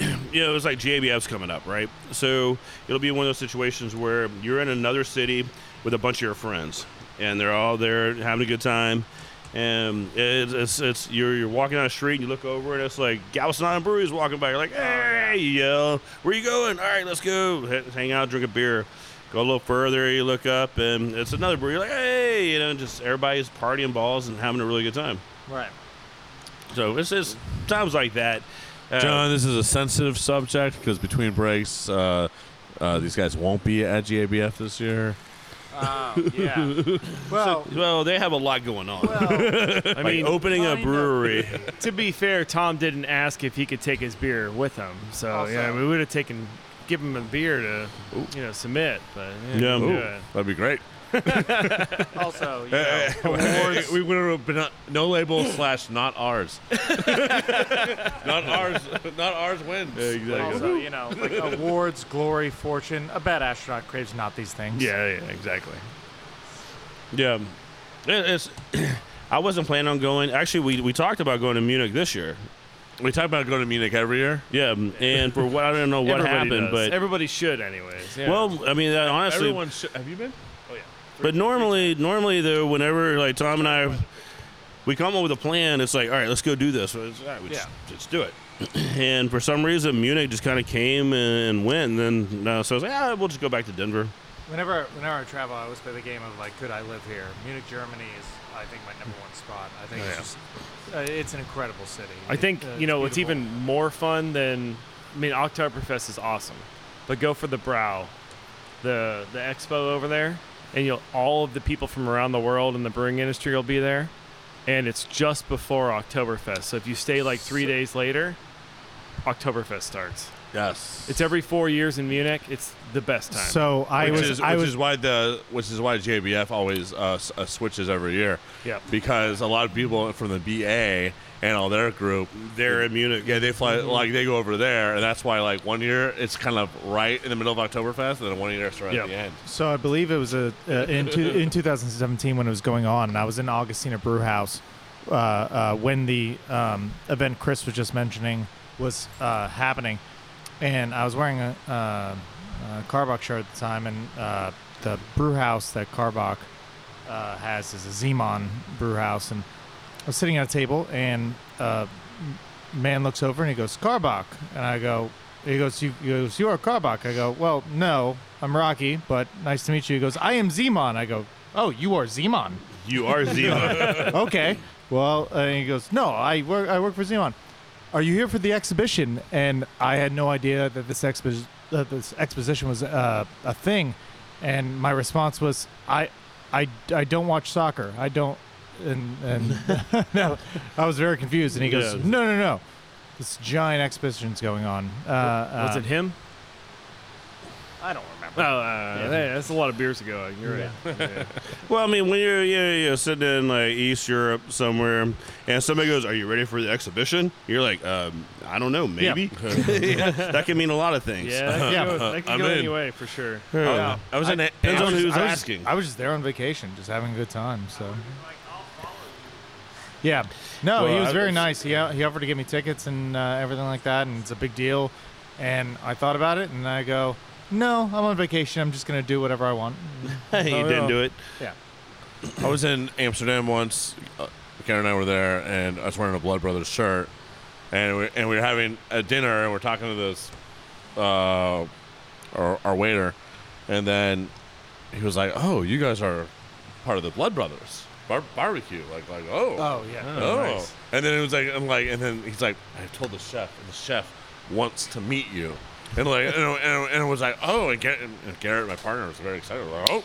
[SPEAKER 2] you know it was like JBF's coming up, right? So it'll be one of those situations where you're in another city with a bunch of your friends, and they're all there having a good time. And it's, it's, it's you're you're walking down the street and you look over and it's like Galveston Island Brewery's walking by. You're like, hey, you yell, where you going? All right, let's go H- hang out, drink a beer. Go a little further, you look up and it's another brewery. You're like, hey, you know, just everybody's partying balls and having a really good time.
[SPEAKER 3] Right.
[SPEAKER 2] So it's just times like that. uh,
[SPEAKER 9] John, this is a sensitive subject because between breaks, uh, uh, these guys won't be at GABF this year.
[SPEAKER 4] Um, yeah.
[SPEAKER 3] Well,
[SPEAKER 2] Well, they have a lot going on.
[SPEAKER 4] I
[SPEAKER 2] like
[SPEAKER 4] mean,
[SPEAKER 2] opening a brewery.
[SPEAKER 4] to be fair, Tom didn't ask if he could take his beer with him. So yeah, we would have taken give him a beer to you know submit, but
[SPEAKER 2] Yeah.
[SPEAKER 4] yeah,
[SPEAKER 2] Ooh.
[SPEAKER 4] yeah.
[SPEAKER 9] That'd be great.
[SPEAKER 3] also, you know,
[SPEAKER 9] Awards. we would have been not, no label slash not ours. not ours. Not ours wins.
[SPEAKER 3] also, you know, like awards, glory, fortune. A bad astronaut craves not these things.
[SPEAKER 2] yeah, exactly. Yeah, It- it's. I wasn't planning on going. Actually, we, we talked about going to Munich this year.
[SPEAKER 9] We talk about going to Munich every year.
[SPEAKER 2] Yeah, and for what I don't know what
[SPEAKER 4] Everybody
[SPEAKER 2] happened,
[SPEAKER 4] does.
[SPEAKER 2] but
[SPEAKER 4] everybody should, anyways. Yeah.
[SPEAKER 2] well, I mean, that, honestly,
[SPEAKER 9] Everyone, should, have you been? Oh,
[SPEAKER 2] But normally, normally though, whenever like Tom and I, we come up with a plan. It's like, all right, let's go do this. So it's, all right, we just, just do it. And for some reason, Munich just kind of came and went. And then uh, so I was like, ah, we'll just go back to Denver.
[SPEAKER 3] Whenever whenever I travel, I always play the game of like, could I live here? Munich, Germany is, I think, my number one spot. I think it's just, uh, it's an incredible city.
[SPEAKER 4] I think
[SPEAKER 3] Uh,
[SPEAKER 4] you know what's
[SPEAKER 3] beautiful.
[SPEAKER 4] even more fun than I mean Oktoberfest is awesome, but go for the Brow, the the expo over there, and you'll all of the people from around the world in the brewing industry will be there, and it's just before Oktoberfest. So if you stay like three days later, Oktoberfest starts.
[SPEAKER 9] Yes.
[SPEAKER 4] It's every four years in Munich. It's the best time.
[SPEAKER 3] So I
[SPEAKER 9] which
[SPEAKER 3] was
[SPEAKER 9] is,
[SPEAKER 3] I
[SPEAKER 9] which
[SPEAKER 3] was
[SPEAKER 9] is why the which is why JBF always uh, s- uh, switches every year.
[SPEAKER 4] Yep.
[SPEAKER 9] Because a lot of people from the BA and all their group, they're in Munich. Yeah, they fly
[SPEAKER 2] Mm-hmm.
[SPEAKER 9] like they go over there, and that's why like one year it's kind of right in the middle of Oktoberfest, and then one year it's right
[SPEAKER 4] Yep.
[SPEAKER 9] at the end.
[SPEAKER 3] So I believe it was a uh, in two, in 2017 when it was going on, and I was in Augustina Brewhouse uh, uh, when the um, event Chris was just mentioning was uh, happening, and I was wearing a, uh, a Carbach shirt at the time, and uh, the brewhouse that Carbach uh, has is a Zeman brewhouse, and I was sitting at a table, and a man looks over and he goes Carbach, and I go, he goes, you, he goes, you are Carbach. I go, well, no, I'm Rocky, but nice to meet you. He goes, I am Zemon. I go, oh, you are Zemon.
[SPEAKER 2] You are zero.
[SPEAKER 3] okay, well, uh, he goes, no, I work, I work for Zemon. Are you here for the exhibition? And I had no idea that this expo- that this exposition was uh, a thing, and my response was, I, I, I don't watch soccer. I don't. And, and no, I was very confused. And he goes,
[SPEAKER 2] Yeah.
[SPEAKER 3] no, no, no. This giant exhibition's going on. Uh,
[SPEAKER 4] was
[SPEAKER 3] uh,
[SPEAKER 4] it him?
[SPEAKER 3] I don't remember.
[SPEAKER 4] Oh, uh, hey, that's a lot of beers ago. You're right. Yeah.
[SPEAKER 2] Well, I mean, when you're you know, you're sitting in like East Europe somewhere, and somebody goes, "Are you ready for the exhibition?" You're like, um, "I don't know, maybe." Yeah, that can mean a lot of things.
[SPEAKER 4] Yeah, that could
[SPEAKER 3] Yeah.
[SPEAKER 4] go, that could
[SPEAKER 2] I'm
[SPEAKER 4] go
[SPEAKER 2] in.
[SPEAKER 4] any way for sure.
[SPEAKER 2] Uh, I was in. it. Depends on who's
[SPEAKER 3] I was-
[SPEAKER 2] asking.
[SPEAKER 3] I was just there on vacation, just having a good time. So. Yeah, no,
[SPEAKER 2] Well,
[SPEAKER 3] he was
[SPEAKER 2] I
[SPEAKER 3] very
[SPEAKER 2] was-
[SPEAKER 3] nice. He he offered to give me tickets and uh, everything like that, and it's a big deal. And I thought about it, and I go, no, I'm on vacation. I'm just gonna do whatever I want.
[SPEAKER 2] he didn't do it.
[SPEAKER 3] Yeah.
[SPEAKER 2] I was in Amsterdam once. Uh, Karen and I were there, and I was wearing a Blood Brothers shirt, and we, and we were having a dinner, and we're talking to this uh, our, our waiter, and then he was like, "Oh, you guys are part of the Blood Brothers bar- barbecue." Like, like, oh,
[SPEAKER 3] Oh yeah.
[SPEAKER 2] Oh, and then it was like, I'm like, and then he's like, I told the chef, and the chef wants to meet you, and like, and, and, and it was like, oh, and Garrett, and Garrett, my partner, was very excited, like, oh,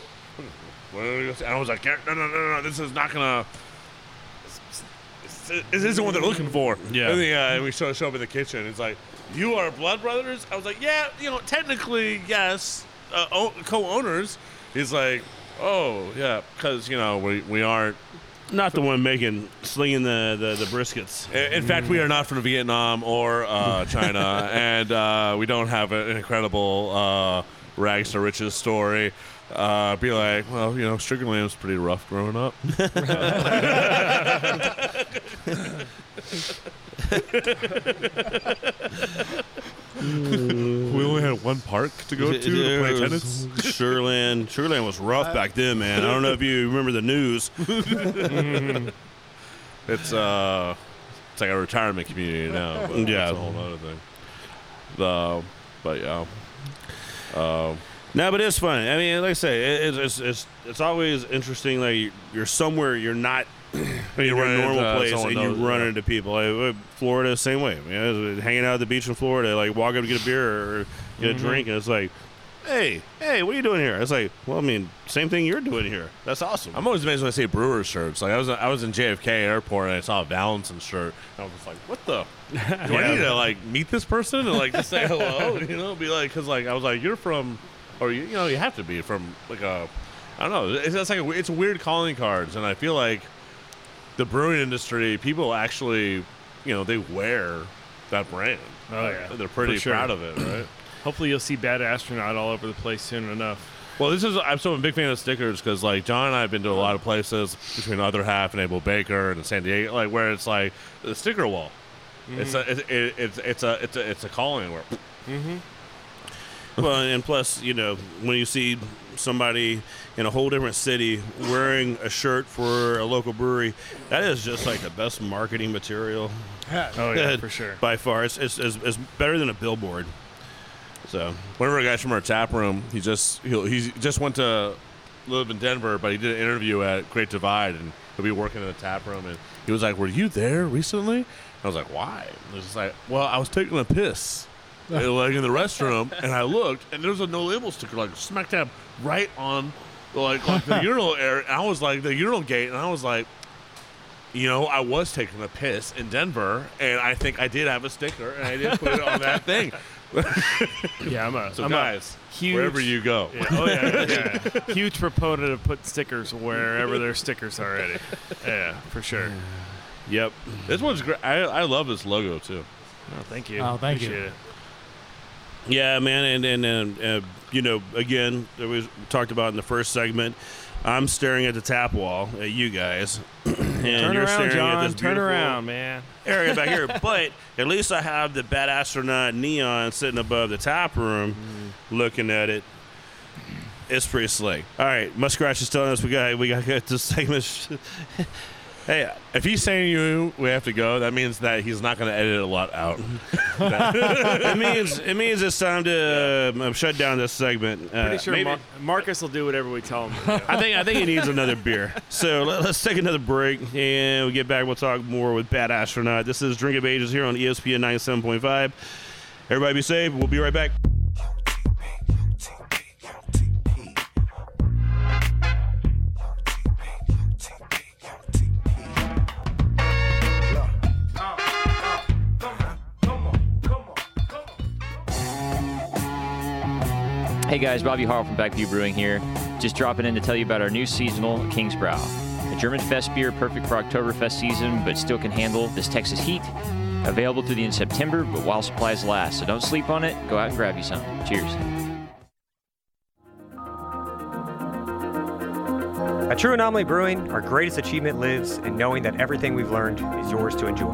[SPEAKER 2] what are we gonna say? and I was like, Garrett, no, no, no, no, no, this is not gonna. This this isn't what they're looking for.
[SPEAKER 8] Yeah.
[SPEAKER 2] And, the, uh, and we show, show up in the kitchen. It's like, you are blood brothers. I was like, yeah, you know, technically yes, uh, o- co-owners. He's like, oh yeah, because you know we we aren't
[SPEAKER 8] Not the one making slinging the the, the briskets.
[SPEAKER 2] I- In fact, we are not from Vietnam or uh, China, and uh, we don't have an incredible uh, rags to riches story. Uh, be like, well, you know, Sugar Lamb's pretty rough growing up. we only had one park to go to to play tennis. Uh,
[SPEAKER 8] Sugarland. Sugarland was rough back then, man. I don't know if you remember the news.
[SPEAKER 2] It's uh, it's like a retirement community now. But
[SPEAKER 8] Yeah.
[SPEAKER 2] that's a whole other thing. The, but yeah,
[SPEAKER 8] No, but it's fun. I mean, like I say, it, it's- it's it's it's always interesting. Like you- you're somewhere, you're not in your
[SPEAKER 2] run into,
[SPEAKER 8] normal
[SPEAKER 2] uh,
[SPEAKER 8] place,
[SPEAKER 2] someone
[SPEAKER 8] and you
[SPEAKER 2] knows,
[SPEAKER 8] run
[SPEAKER 2] yeah.
[SPEAKER 8] into people. Like, uh, Florida, same way. I mean, I was hanging out at the beach in Florida, like walk up to get a beer or get
[SPEAKER 2] Mm-hmm.
[SPEAKER 8] a drink, and it's like, hey, hey, what are you doing here? It's like, well, I mean, same thing you're doing here. That's awesome.
[SPEAKER 2] I'm always amazed when I see Brewers shirts. Like I was I was in JFK Airport and I saw a Valenson shirt. And I was just like, what the? Do I need to like meet this person and like just say hello? You know, be like, because like I was like, you're from, or you, you know, you have to be from like a, I don't know. It's, it's like a, we- it's weird calling cards, and I feel like the brewing industry people actually, you know, they wear that brand.
[SPEAKER 4] Oh, yeah.
[SPEAKER 2] they're pretty
[SPEAKER 4] For sure.
[SPEAKER 2] proud of it, right?
[SPEAKER 4] Hopefully, you'll see Bad Astronaut all over the place soon enough.
[SPEAKER 2] Well, this is I'm so I'm a big fan of stickers because like John and I have been to a lot of places between the other half and Abel Baker and San Diego, like where it's like the sticker wall. It's a it's it, it's it's a it's a it's a calling where
[SPEAKER 4] Mm-hmm.
[SPEAKER 8] well, and plus, you know, when you see somebody in a whole different city wearing a shirt for a local brewery, that is just like the best marketing material.
[SPEAKER 4] Oh yeah, for sure.
[SPEAKER 8] By far, it's it's, it's, it's better than a billboard. So
[SPEAKER 2] one of our guys from our tap room, he just he he just went to live in Denver, but he did an interview at Great Divide, and he'll be working in the tap room, and he was like, "Were you there recently?" And I was like, "Why?" And it was just like, "Well, I was taking a piss." And, like in the restroom, and I looked, and there was a no label sticker, like smack dab right on, like, like the urinal area. And I was like the urinal gate, and I was like, you know, I was taking a piss in Denver, and I think I did have a sticker, and I did put it on that thing.
[SPEAKER 4] Yeah, I'm a
[SPEAKER 2] So
[SPEAKER 4] I'm a
[SPEAKER 2] guys,
[SPEAKER 4] huge-
[SPEAKER 2] wherever you go,
[SPEAKER 4] Yeah, oh yeah, yeah. Huge proponent of putting stickers wherever their stickers are already. Yeah, for sure.
[SPEAKER 2] Yep. This one's great. I, I love this logo too.
[SPEAKER 4] Oh, thank you.
[SPEAKER 3] Oh, thank you.
[SPEAKER 4] Appreciate It.
[SPEAKER 8] Yeah, man, and and, and uh, you know, again, that we talked about in the first segment. I'm staring at the tap wall at you guys, and
[SPEAKER 4] Turn
[SPEAKER 8] you're
[SPEAKER 4] around,
[SPEAKER 8] staring at
[SPEAKER 4] John.
[SPEAKER 8] this
[SPEAKER 4] Turn
[SPEAKER 8] beautiful
[SPEAKER 4] around, man.
[SPEAKER 8] area back here. But at least I have the bad astronaut neon sitting above the tap room,
[SPEAKER 4] Mm-hmm.
[SPEAKER 8] looking at it. It's pretty slick. All right, Muskrat is telling us we got we got to get this segment.
[SPEAKER 2] Hey, if he's saying you we have to go, that means that he's not going to edit a lot out.
[SPEAKER 8] it means it means it's time to um, shut down this segment. Uh,
[SPEAKER 4] Pretty sure
[SPEAKER 8] maybe-
[SPEAKER 4] Mar- Marcus will do whatever we tell him. to do.
[SPEAKER 8] I think I think he needs another beer. So let, us take another break, and we get back. We'll talk more with Bad Astronaut. This is Drink of Ages here on E ESPN 97.5. Everybody be safe. We'll be right back.
[SPEAKER 10] Hey guys, Bobby Harl from Backview Brewing here. Just dropping in to tell you about our new seasonal Kingsbrow, a German fest beer perfect for Oktoberfest season, but still can handle this Texas heat. Available through the end of September, but while supplies last, so don't sleep on it. Go out and grab you some. Cheers.
[SPEAKER 11] At True Anomaly Brewing, our greatest achievement lives in knowing that everything we've learned is yours to enjoy.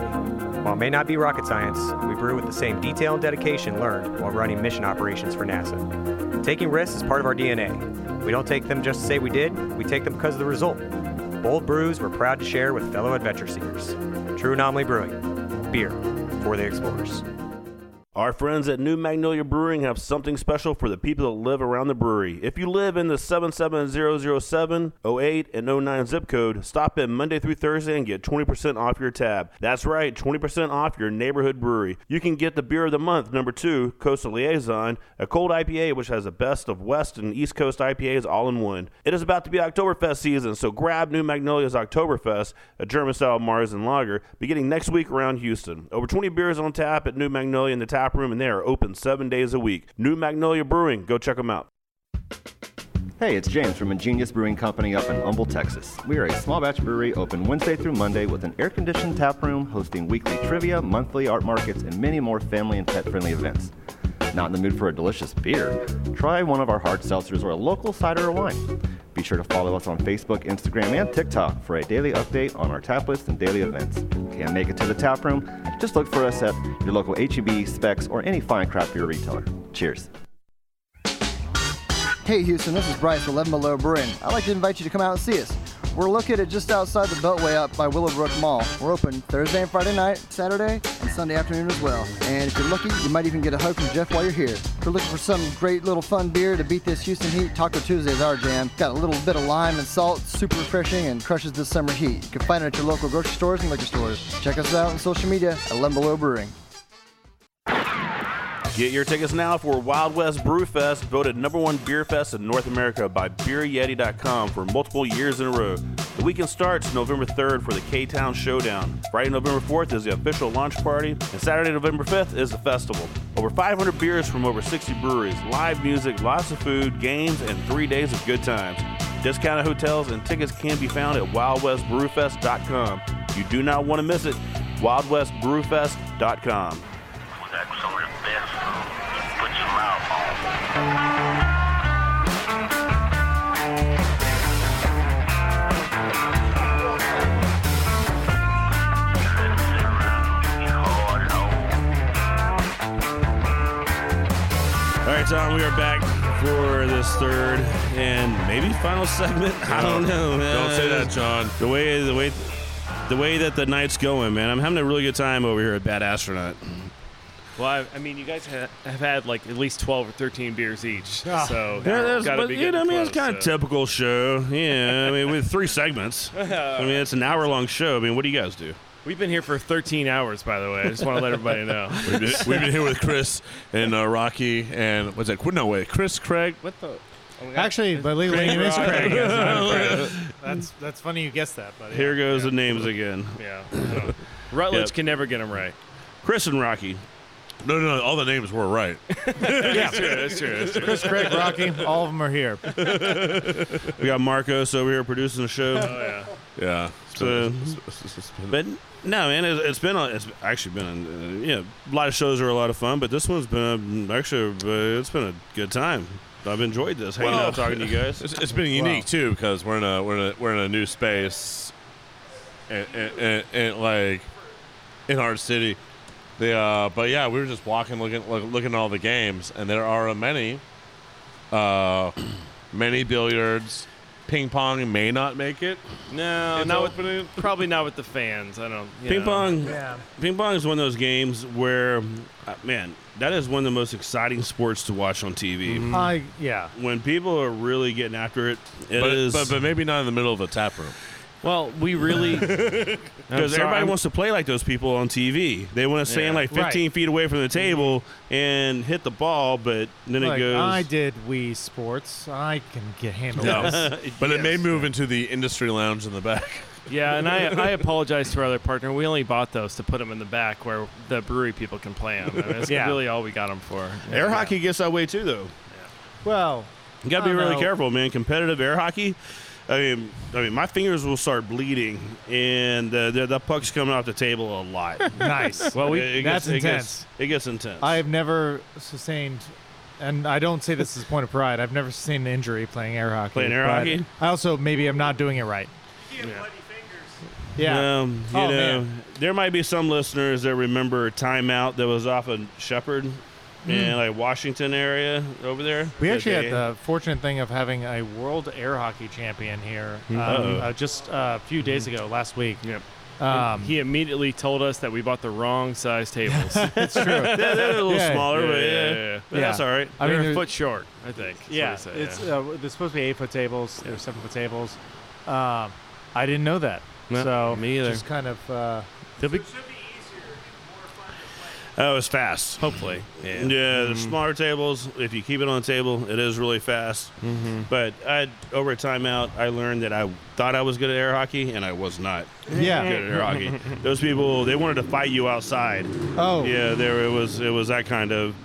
[SPEAKER 11] While it may not be rocket science, we brew with the same detail and dedication learned while running mission operations for NASA. Taking risks is part of our DNA. We don't take them just to say we did, we take them because of the result. Bold brews we're proud to share with fellow adventure seekers. True Anomaly Brewing, beer for the explorers.
[SPEAKER 1] Our friends at New Magnolia Brewing have something special for the people that live around the brewery. If you live in the 77007, 08, and 09 zip code, stop in Monday through Thursday and get 20% off your tab. That's right, 20% off your neighborhood brewery. You can get the beer of the month, number two, Coastal Liaison, a cold IPA which has the best of West and East Coast IPAs all in one. It is about to be Oktoberfest season, so grab New Magnolia's Oktoberfest, a German style Marzen lager, beginning next week around Houston. Over 20 beers on tap at New Magnolia in the tap room, and they are open seven days a week. New Magnolia Brewing, go check them out.
[SPEAKER 12] Hey, it's James from Ingenious Brewing Company up in Humble, Texas. We are a small batch brewery open Wednesday through Monday with an air conditioned tap room hosting weekly trivia, monthly art markets, and many more family and pet friendly events. Not in the mood for a delicious beer? Try one of our hard seltzers or a local cider or wine. Be sure to follow us on Facebook, Instagram, and TikTok for a daily update on our tap list and daily events. Can't make it to the tap room? Just look for us at your local HEB, Specs, or any fine craft beer retailer. Cheers.
[SPEAKER 13] Hey Houston, this is Bryce with 11 Below Brewing. I'd like to invite you to come out and see us. We're located just outside the Beltway up by Willowbrook Mall. We're open Thursday and Friday night, Saturday, and Sunday afternoon as well. And if you're lucky, you might even get a hug from Jeff while you're here. If you're looking for some great little fun beer to beat this Houston heat, Taco Tuesday is our jam. Got a little bit of lime and salt, super refreshing, and crushes the summer heat. You can find it at your local grocery stores and liquor stores. Check us out on social media at 11 Below Brewing.
[SPEAKER 1] Get your tickets now for Wild West Brewfest, voted number one beer fest in North America by BeerYeti.com for multiple years in a row. The weekend starts November 3rd for the K Town Showdown. Friday, November 4th is the official launch party, and Saturday, November 5th is the festival. Over 500 beers from over 60 breweries, live music, lots of food, games, and three days of good times. Discounted hotels and tickets can be found at WildWestBrewFest.com. You do not want to miss it. WildWestBrewFest.com. All right, Tom, we are back for this third and maybe final segment. I don't know, man.
[SPEAKER 2] Don't say that, John.
[SPEAKER 1] The way the way the way that the night's going, man. I'm having a really good time over here at Bad Astronaut.
[SPEAKER 4] Well, I, I mean, you guys ha- have had like at least twelve or thirteen beers each, so
[SPEAKER 1] yeah,
[SPEAKER 4] that's,
[SPEAKER 1] that's,
[SPEAKER 4] gotta
[SPEAKER 1] but,
[SPEAKER 4] be
[SPEAKER 1] you know, I
[SPEAKER 4] getting
[SPEAKER 1] mean, it's
[SPEAKER 4] close,
[SPEAKER 1] kind of
[SPEAKER 4] so.
[SPEAKER 1] typical show. Yeah, I mean, with three segments. I mean, it's an hour long show. I mean, what do you guys do?
[SPEAKER 4] We've been here for 13 hours, by the way. I just want to let everybody know.
[SPEAKER 2] We've been, we've been here with Chris and uh, Rocky and what's that? Qu- No wait, Chris Craig.
[SPEAKER 4] What the?
[SPEAKER 3] Actually, my legal
[SPEAKER 2] Craig
[SPEAKER 3] name is
[SPEAKER 2] Rock.
[SPEAKER 3] Craig.
[SPEAKER 2] Yeah,
[SPEAKER 3] Yes,
[SPEAKER 2] Craig.
[SPEAKER 3] that's that's funny you guessed that, buddy.
[SPEAKER 1] Here goes the names again.
[SPEAKER 4] Yeah. Rutledge can never get them right.
[SPEAKER 1] Chris and Rocky.
[SPEAKER 2] No, no, no. All the names were right.
[SPEAKER 4] That's true. That's true. That's true.
[SPEAKER 3] Chris, Craig, Rocky, all of them are here.
[SPEAKER 1] We got Marcos over here producing the show.
[SPEAKER 4] Oh yeah.
[SPEAKER 2] Yeah.
[SPEAKER 1] So,
[SPEAKER 2] but
[SPEAKER 1] but no, man, it's, it's been a, it's actually been a, yeah, a lot of shows are a lot of fun, but this one's been a, actually uh, it's been a good time. I've enjoyed this hanging out talking to you guys.
[SPEAKER 2] It's, it's been unique too because we're in a we're in a we're in a new space, and, and, and, and like in our city. The uh, but yeah, we were just walking, looking look, looking at all the games, and there are many, uh, many billiards. Ping pong may not make it.
[SPEAKER 4] No,
[SPEAKER 2] It's
[SPEAKER 4] not
[SPEAKER 2] opening.
[SPEAKER 4] with probably not with the fans. I don't. you
[SPEAKER 1] Ping
[SPEAKER 4] know.
[SPEAKER 1] pong, ping pong is one of those games where, uh, man, that is one of the most exciting sports to watch on TV.
[SPEAKER 3] I yeah.
[SPEAKER 1] When people are really getting after it, it
[SPEAKER 2] but,
[SPEAKER 1] is
[SPEAKER 2] but but maybe not in the middle of a tap room.
[SPEAKER 4] Well, we really
[SPEAKER 1] because
[SPEAKER 4] sorry,
[SPEAKER 1] everybody
[SPEAKER 4] I'm-
[SPEAKER 1] wants to play like those people on TV. They want to stand like 15 feet away from the table and hit the ball, but then it
[SPEAKER 3] Like,
[SPEAKER 1] goes.
[SPEAKER 3] I did Wii Sports. I can get handle
[SPEAKER 2] No.
[SPEAKER 3] this.
[SPEAKER 2] But it may move into the industry lounge in the back.
[SPEAKER 4] yeah, and I I apologize to our other partner. We only bought those to put them in the back where the brewery people can play them. that's
[SPEAKER 3] Yeah.
[SPEAKER 4] really all we got them for. Um,
[SPEAKER 1] Air hockey gets that way too, though.
[SPEAKER 3] Well,
[SPEAKER 2] You got to
[SPEAKER 3] I
[SPEAKER 2] be
[SPEAKER 3] don't
[SPEAKER 2] really
[SPEAKER 3] know.
[SPEAKER 2] careful, man. Competitive air hockey. I mean, I mean, my fingers will start bleeding, and uh, the, the puck's coming off the table a lot.
[SPEAKER 3] Nice. Well, we- that's
[SPEAKER 2] gets, It
[SPEAKER 3] intense.
[SPEAKER 2] gets, it gets intense.
[SPEAKER 3] I have never sustained, and I don't say this as a point of pride. I've never sustained an injury playing air hockey.
[SPEAKER 2] Playing air
[SPEAKER 3] but
[SPEAKER 2] hockey?
[SPEAKER 3] I also maybe I'm not doing it right. Yeah.
[SPEAKER 2] Um, you
[SPEAKER 3] Oh,
[SPEAKER 2] know,
[SPEAKER 3] man.
[SPEAKER 2] there might be some listeners that remember a timeout that was off of Shepherd and like Washington area over there.
[SPEAKER 3] Hmm. We
[SPEAKER 2] that
[SPEAKER 3] actually
[SPEAKER 2] they-
[SPEAKER 3] had the fortunate thing of having a world air hockey champion here um,
[SPEAKER 2] Uh-oh. Mm-hmm.
[SPEAKER 3] uh, just uh, a few days ago, last week. Yep.
[SPEAKER 4] Um,
[SPEAKER 3] Um,
[SPEAKER 4] he immediately told us that we bought the wrong size tables.
[SPEAKER 3] it's true.
[SPEAKER 2] They're- they're a little smaller, but Oh, yeah, but that's all right.
[SPEAKER 4] I mean,
[SPEAKER 3] there's-
[SPEAKER 4] a foot short, I think. is what
[SPEAKER 3] Yeah,
[SPEAKER 4] he said,
[SPEAKER 3] it's
[SPEAKER 4] yeah.
[SPEAKER 3] uh, there's supposed to be eight foot tables. There's seven foot tables. Um, I didn't know that.
[SPEAKER 2] No,
[SPEAKER 3] so
[SPEAKER 2] me either.
[SPEAKER 3] Just kind of. Uh,
[SPEAKER 2] Oh, it's fast. Hopefully, yeah. There's smaller tables. If you keep it on the table, it is really fast.
[SPEAKER 14] Mhm.
[SPEAKER 2] But I, over a timeout, I learned that I thought I was good at air hockey, and I was not.
[SPEAKER 3] Yeah.
[SPEAKER 2] good at air hockey. Those people, they wanted to fight you outside.
[SPEAKER 3] Oh.
[SPEAKER 2] yeah. There it was. It was that kind of,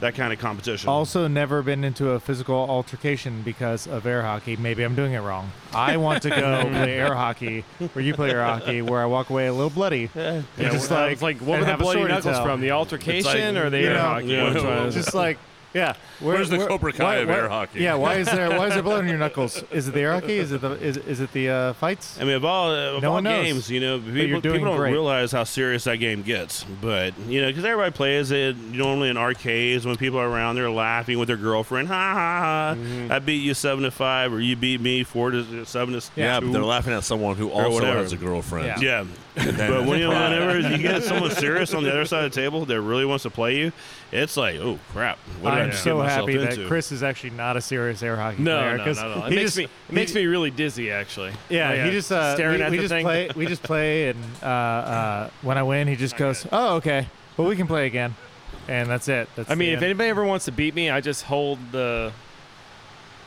[SPEAKER 2] that kind of competition.
[SPEAKER 3] also, never been into a physical altercation because of air hockey. Maybe I'm doing it wrong. I want to go play air hockey where you play air hockey, where I walk away a little bloody. and
[SPEAKER 4] Yeah,
[SPEAKER 3] just
[SPEAKER 4] well,
[SPEAKER 3] like,
[SPEAKER 4] it's like, what
[SPEAKER 3] and
[SPEAKER 4] were the
[SPEAKER 3] have a
[SPEAKER 4] bloody
[SPEAKER 3] story to
[SPEAKER 4] knuckles
[SPEAKER 3] tell.
[SPEAKER 4] from? The altercation or the
[SPEAKER 3] you
[SPEAKER 4] air
[SPEAKER 3] know,
[SPEAKER 4] hockey? Which one is it?
[SPEAKER 3] just like, yeah.
[SPEAKER 4] Where's the Cobra Kai of air hockey?
[SPEAKER 3] Yeah. Why is there why is there blood on your knuckles? Is it the air hockey? Is it the is, is it the uh, fights?
[SPEAKER 2] I mean, of all, of
[SPEAKER 3] No
[SPEAKER 2] all
[SPEAKER 3] one knows,
[SPEAKER 2] games, you know,
[SPEAKER 3] but
[SPEAKER 2] people,
[SPEAKER 3] you're doing
[SPEAKER 2] people don't
[SPEAKER 3] great.
[SPEAKER 2] realize how serious that game gets. But, you know, because everybody plays it normally in arcades when people are around, they're laughing with their girlfriend. Ha ha ha.
[SPEAKER 3] Mm-hmm.
[SPEAKER 2] I beat you 7 to 5, or you beat me 4 to 7 to
[SPEAKER 1] Yeah, but they're
[SPEAKER 2] two."
[SPEAKER 1] laughing at someone who
[SPEAKER 2] Or
[SPEAKER 1] also
[SPEAKER 2] whatever.
[SPEAKER 1] has a girlfriend.
[SPEAKER 2] Yeah.
[SPEAKER 1] Then
[SPEAKER 2] but when you,
[SPEAKER 1] pride.
[SPEAKER 2] whenever you get someone serious on the other side of the table that really wants to play you, it's like, oh, crap. What did I
[SPEAKER 3] I'm
[SPEAKER 2] just
[SPEAKER 3] so
[SPEAKER 2] get myself
[SPEAKER 3] happy that
[SPEAKER 2] into?
[SPEAKER 3] Chris is actually not a serious air hockey
[SPEAKER 4] No,
[SPEAKER 3] player.
[SPEAKER 4] no, no,
[SPEAKER 3] 'cause
[SPEAKER 4] no. It
[SPEAKER 3] he
[SPEAKER 4] makes
[SPEAKER 3] just-
[SPEAKER 4] me it makes me really dizzy actually.
[SPEAKER 3] Yeah,
[SPEAKER 4] Like,
[SPEAKER 3] he just uh,
[SPEAKER 4] staring
[SPEAKER 3] we,
[SPEAKER 4] at
[SPEAKER 3] we
[SPEAKER 4] the
[SPEAKER 3] just
[SPEAKER 4] thing.
[SPEAKER 3] play. We just play, and uh, uh, when I win, he just goes, "Oh, okay. Well, we can play again," and that's it. That's
[SPEAKER 4] I mean,
[SPEAKER 3] the
[SPEAKER 4] if
[SPEAKER 3] end.
[SPEAKER 4] anybody ever wants to beat me, I just hold the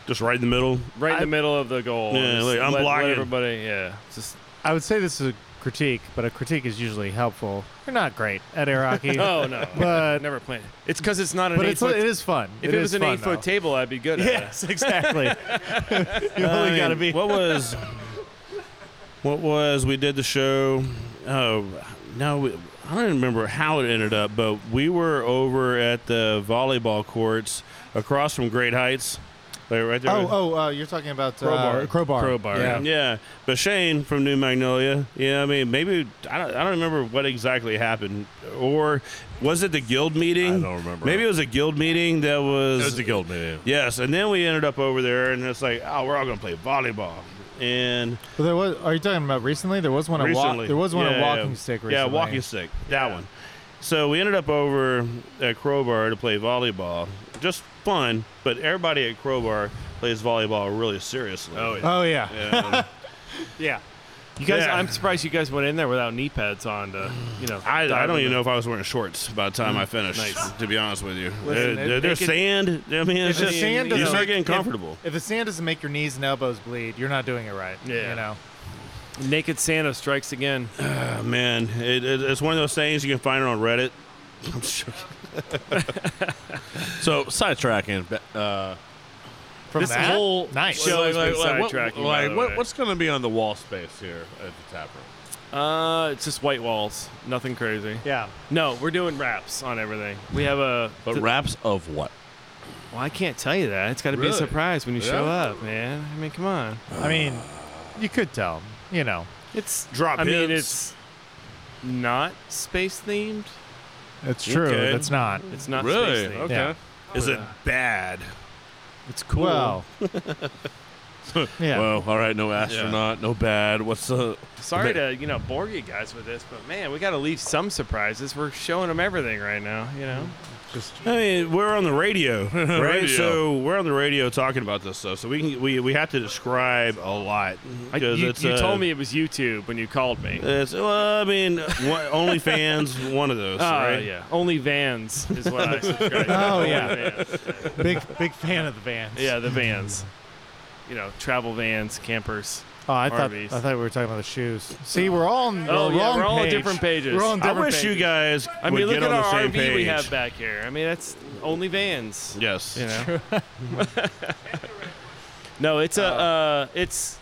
[SPEAKER 2] Just right in the middle.
[SPEAKER 4] right in the middle of the goal. and
[SPEAKER 2] Yeah,
[SPEAKER 4] just
[SPEAKER 2] like, I'm
[SPEAKER 4] let- let
[SPEAKER 2] blocking.
[SPEAKER 4] everybody. Yeah, just
[SPEAKER 3] I would say this is a critique, but a critique is usually helpful. You're not great at air hockey.
[SPEAKER 4] Oh no,
[SPEAKER 3] but
[SPEAKER 4] never played. It's because it's not an.
[SPEAKER 3] But
[SPEAKER 4] eight
[SPEAKER 3] it's-
[SPEAKER 4] foot,
[SPEAKER 3] it is fun.
[SPEAKER 4] If
[SPEAKER 3] It
[SPEAKER 4] it,
[SPEAKER 3] is
[SPEAKER 4] was an
[SPEAKER 3] fun,
[SPEAKER 4] eight foot
[SPEAKER 3] though.
[SPEAKER 4] table, I'd be good.
[SPEAKER 3] Yes,
[SPEAKER 4] at it.
[SPEAKER 3] exactly. You
[SPEAKER 2] I
[SPEAKER 3] only
[SPEAKER 2] mean,
[SPEAKER 3] gotta be-
[SPEAKER 2] What was? What was? We did the show. Oh no, we, I don't even remember how it ended up, but we were over at the volleyball courts across from Great Heights. Like right there.
[SPEAKER 3] Oh, oh, uh, you're talking about uh,
[SPEAKER 2] Crowbar.
[SPEAKER 3] Crowbar.
[SPEAKER 2] Yeah.
[SPEAKER 3] Yeah.
[SPEAKER 2] But Shane from New Magnolia, yeah, I mean, maybe, I don't, I don't remember what exactly happened. Or was it the guild meeting? I don't remember. Maybe it was a guild meeting that was.
[SPEAKER 1] It was the guild meeting.
[SPEAKER 2] Yes. And then we ended up over there, and it's like, oh, we're all going to play volleyball. And
[SPEAKER 3] But there was. Are you talking about recently? There was one. at Wa-
[SPEAKER 2] Recently.
[SPEAKER 3] there was one at
[SPEAKER 2] Yeah, yeah,
[SPEAKER 3] walking stick.
[SPEAKER 2] yeah.
[SPEAKER 3] Recently.
[SPEAKER 2] Yeah, walking stick. That one. So we ended up over at Crowbar to play volleyball. Just fun, but everybody at Crowbar plays volleyball really seriously. Oh
[SPEAKER 3] Uh,
[SPEAKER 4] yeah. Oh, yeah.
[SPEAKER 3] yeah.
[SPEAKER 4] You guys,
[SPEAKER 2] Yeah.
[SPEAKER 4] I'm surprised you guys went in there without knee pads on. To, you know,
[SPEAKER 2] I, I
[SPEAKER 4] dive
[SPEAKER 2] don't
[SPEAKER 4] in
[SPEAKER 2] even
[SPEAKER 4] there.
[SPEAKER 2] know if I was wearing shorts by the time I finished.
[SPEAKER 4] Nice.
[SPEAKER 2] To be honest with you,
[SPEAKER 3] Listen,
[SPEAKER 2] Uh,
[SPEAKER 3] it-
[SPEAKER 2] there's
[SPEAKER 3] it could-
[SPEAKER 2] sand. I mean,
[SPEAKER 3] If
[SPEAKER 2] it's
[SPEAKER 3] the
[SPEAKER 2] just,
[SPEAKER 3] sand
[SPEAKER 2] you
[SPEAKER 3] doesn't
[SPEAKER 2] start getting
[SPEAKER 3] make- if-
[SPEAKER 2] comfortable.
[SPEAKER 3] If, the sand doesn't make your knees and elbows bleed, you're not doing it right. Yeah. You know.
[SPEAKER 4] Naked Santa strikes again.
[SPEAKER 2] Ah, man, it, it, it's one of those things you can find it on Reddit. I'm sure.
[SPEAKER 1] So sidetracking but, uh,
[SPEAKER 3] From
[SPEAKER 1] this
[SPEAKER 3] that?
[SPEAKER 1] whole
[SPEAKER 3] Nice.
[SPEAKER 1] show like,
[SPEAKER 3] Show's
[SPEAKER 1] like,
[SPEAKER 3] been
[SPEAKER 1] like, what-
[SPEAKER 3] sidetracking, by
[SPEAKER 1] like,
[SPEAKER 3] the
[SPEAKER 1] what-
[SPEAKER 3] way.
[SPEAKER 1] what's going to be on the wall space here at the tap room?
[SPEAKER 4] Uh, it's just white walls, nothing crazy.
[SPEAKER 3] Yeah.
[SPEAKER 4] No, we're doing wraps on everything. We have a
[SPEAKER 1] but wraps of what?
[SPEAKER 4] Well, I can't tell you that. It's got to be a
[SPEAKER 3] Really?
[SPEAKER 4] surprise when you show
[SPEAKER 3] Yeah?
[SPEAKER 4] up, man. I mean, come on.
[SPEAKER 3] I mean, you could tell. You know.
[SPEAKER 4] It's
[SPEAKER 2] drop.
[SPEAKER 4] I mean,
[SPEAKER 2] hints.
[SPEAKER 4] it's not space themed.
[SPEAKER 3] That's true.
[SPEAKER 2] Okay.
[SPEAKER 3] That's not.
[SPEAKER 4] It's not
[SPEAKER 2] Really?
[SPEAKER 4] space themed.
[SPEAKER 2] Okay. Is it bad?
[SPEAKER 4] It's cool.
[SPEAKER 3] Well. Yeah.
[SPEAKER 1] Well, all right, no astronaut, no bad. What's the?
[SPEAKER 4] Sorry to you know bore you guys with this, but man, we got to leave some surprises. We're showing them everything right now. You know.
[SPEAKER 3] Just
[SPEAKER 2] I mean, we're on the radio, right?
[SPEAKER 4] Radio.
[SPEAKER 2] So we're on the radio talking about this stuff. So we can we, we have to describe a lot.
[SPEAKER 4] I, you
[SPEAKER 2] 'cause it's,
[SPEAKER 4] you
[SPEAKER 2] uh,
[SPEAKER 4] told me it was YouTube when you called me.
[SPEAKER 2] It's well, I mean, one, OnlyFans, one of those,
[SPEAKER 4] Ah,
[SPEAKER 2] right?
[SPEAKER 4] yeah. Only Vans is what I subscribe to.
[SPEAKER 3] Oh,
[SPEAKER 4] Only
[SPEAKER 3] yeah.
[SPEAKER 4] Vans.
[SPEAKER 3] Big- big fan of the Vans.
[SPEAKER 4] Yeah, the Vans. You know, travel vans, campers.
[SPEAKER 3] Oh, I thought
[SPEAKER 4] Arby's.
[SPEAKER 3] I thought we were talking about the shoes. See, we're all on the
[SPEAKER 4] Oh, yeah,
[SPEAKER 3] wrong
[SPEAKER 4] we're all on
[SPEAKER 3] page.
[SPEAKER 4] different pages.
[SPEAKER 3] We're all on
[SPEAKER 4] I
[SPEAKER 3] different
[SPEAKER 4] wish
[SPEAKER 3] pages.
[SPEAKER 4] you guys I mean,
[SPEAKER 2] would
[SPEAKER 4] look
[SPEAKER 2] get
[SPEAKER 4] at
[SPEAKER 2] on the
[SPEAKER 4] our
[SPEAKER 2] same
[SPEAKER 4] RV we
[SPEAKER 2] page.
[SPEAKER 4] have back here. I mean, that's only vans.
[SPEAKER 2] Yes.
[SPEAKER 4] you know?
[SPEAKER 2] True.
[SPEAKER 4] no, it's a uh, it's.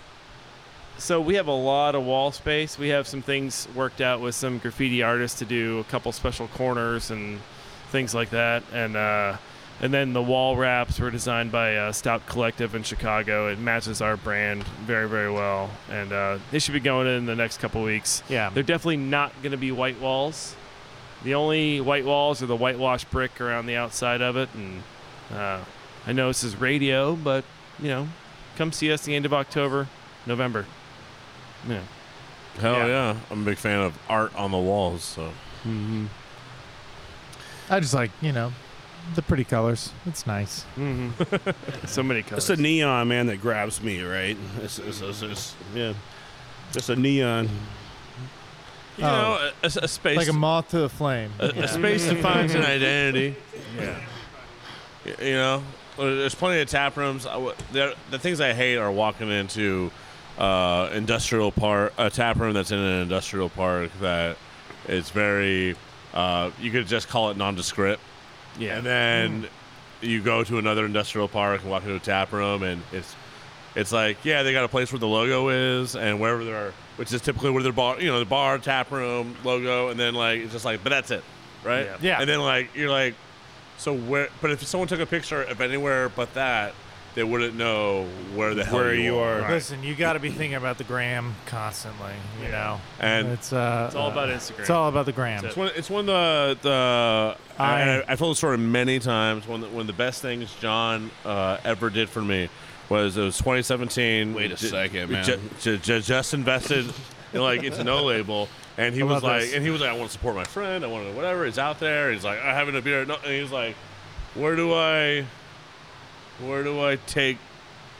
[SPEAKER 4] So we have a lot of wall space. We have some things worked out with some graffiti artists to do a couple special corners and things like that, and uh, and then the wall wraps were designed by uh, Stout Collective in Chicago. It matches our brand very very well, and uh, they should be going in the next couple weeks.
[SPEAKER 3] Yeah.
[SPEAKER 4] they're definitely not going to be white walls. The only white walls are the whitewashed brick around the outside of it, and uh, I know this is radio, but you know, come see us the end of October, November. Yeah.
[SPEAKER 2] Hell
[SPEAKER 4] Yeah.
[SPEAKER 2] yeah. I'm a big fan of art on the walls. So
[SPEAKER 3] I just like you know, the pretty colors. It's nice. Mm-hmm.
[SPEAKER 4] so many colors.
[SPEAKER 1] It's a neon man that grabs me, right? It's, it's, it's, it's- yeah, just a neon.
[SPEAKER 2] you know, a, a- a space
[SPEAKER 3] like a moth to the flame.
[SPEAKER 4] Uh,
[SPEAKER 2] a, a space defines an identity.
[SPEAKER 3] Yeah.
[SPEAKER 2] Y- You know, There- there's plenty of tap rooms. I w- there- the things I hate are walking into uh, industrial park, a tap room that's in an industrial park that is very. Uh, you could just call it nondescript.
[SPEAKER 4] Yeah.
[SPEAKER 2] And then you go to another industrial park and walk into a tap room, and it's it's like yeah, they got a place where the logo is and wherever they're, which is typically where their bar, you know, the bar, tap room, logo, and then like it's just like, but that's it, right?
[SPEAKER 8] Yeah. Yeah.
[SPEAKER 2] And then like you're like, so where? But if someone took a picture of anywhere but that, they wouldn't know where the hell
[SPEAKER 1] Where you are.
[SPEAKER 2] Right.
[SPEAKER 3] Listen, you got to be thinking about the gram constantly. You know,
[SPEAKER 2] And-
[SPEAKER 3] it's uh,
[SPEAKER 2] It's all
[SPEAKER 3] uh,
[SPEAKER 2] about Instagram.
[SPEAKER 3] It's all about the gram.
[SPEAKER 2] It's one. It's one of the the.
[SPEAKER 3] I-
[SPEAKER 2] I, and I, I told the story many times. One of the, one of the best things John uh, ever did for me was it was 2017.
[SPEAKER 8] Wait a
[SPEAKER 2] Ju-
[SPEAKER 8] second, man.
[SPEAKER 2] ju- ju- ju- just invested in, like into no label, and he
[SPEAKER 8] How
[SPEAKER 2] was
[SPEAKER 8] about
[SPEAKER 2] like,
[SPEAKER 8] this?
[SPEAKER 2] and he was like, I want to support my friend. I want to whatever. He's out there. He's like, I having a beer. No, and he's like, where do I, where do I take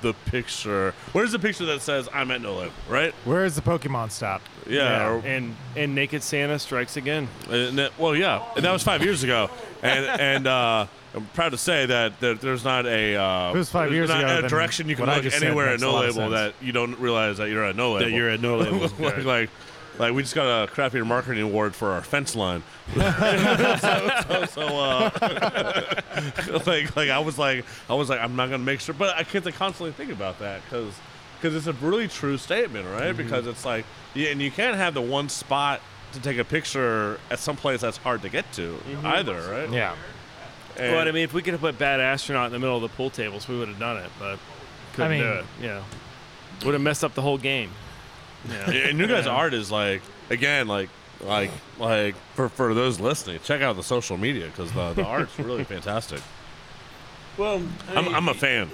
[SPEAKER 2] the picture? Where's the picture that says I'm at no label? Right.
[SPEAKER 3] Where is the Pokemon stop?
[SPEAKER 2] Yeah, or-
[SPEAKER 4] and and Naked Santa strikes again.
[SPEAKER 2] And that, well, yeah, and that was five years ago, and and uh, I'm proud to say that, that there's not a uh,
[SPEAKER 3] It was five
[SPEAKER 2] there's
[SPEAKER 3] years
[SPEAKER 2] not
[SPEAKER 3] ago,
[SPEAKER 2] a
[SPEAKER 3] then
[SPEAKER 2] direction you can
[SPEAKER 3] what I
[SPEAKER 2] look
[SPEAKER 3] just said
[SPEAKER 2] anywhere at
[SPEAKER 3] makes a
[SPEAKER 2] no
[SPEAKER 3] lot of
[SPEAKER 2] label that
[SPEAKER 3] sense.
[SPEAKER 2] you don't realize that you're at no
[SPEAKER 1] That
[SPEAKER 2] label.
[SPEAKER 1] you're at no label,
[SPEAKER 2] like,
[SPEAKER 1] right.
[SPEAKER 2] like like we just got a crappier marketing award for our fence line. so, so uh, like like I was like I was like I'm not gonna make sure, but I can't constantly think about that because it's a really true statement, right?
[SPEAKER 4] Mm-hmm.
[SPEAKER 8] Mhm.
[SPEAKER 2] Because it's like yeah, and you can't have the one spot to take a picture at some place that's hard to get to either, right? And-
[SPEAKER 4] but Mm-hmm. I mean, if we could have put Bad Astronaut in the middle of the pool tables, we would have done it, but couldn't
[SPEAKER 2] mean-
[SPEAKER 4] do it. Yeah. Would have messed up the whole game. Yeah.
[SPEAKER 2] and you guys'
[SPEAKER 4] Yeah.
[SPEAKER 2] art is like again like like like for for those listening, check out the social media because the the art's really fantastic.
[SPEAKER 1] Well,
[SPEAKER 2] I'm I'm a fan.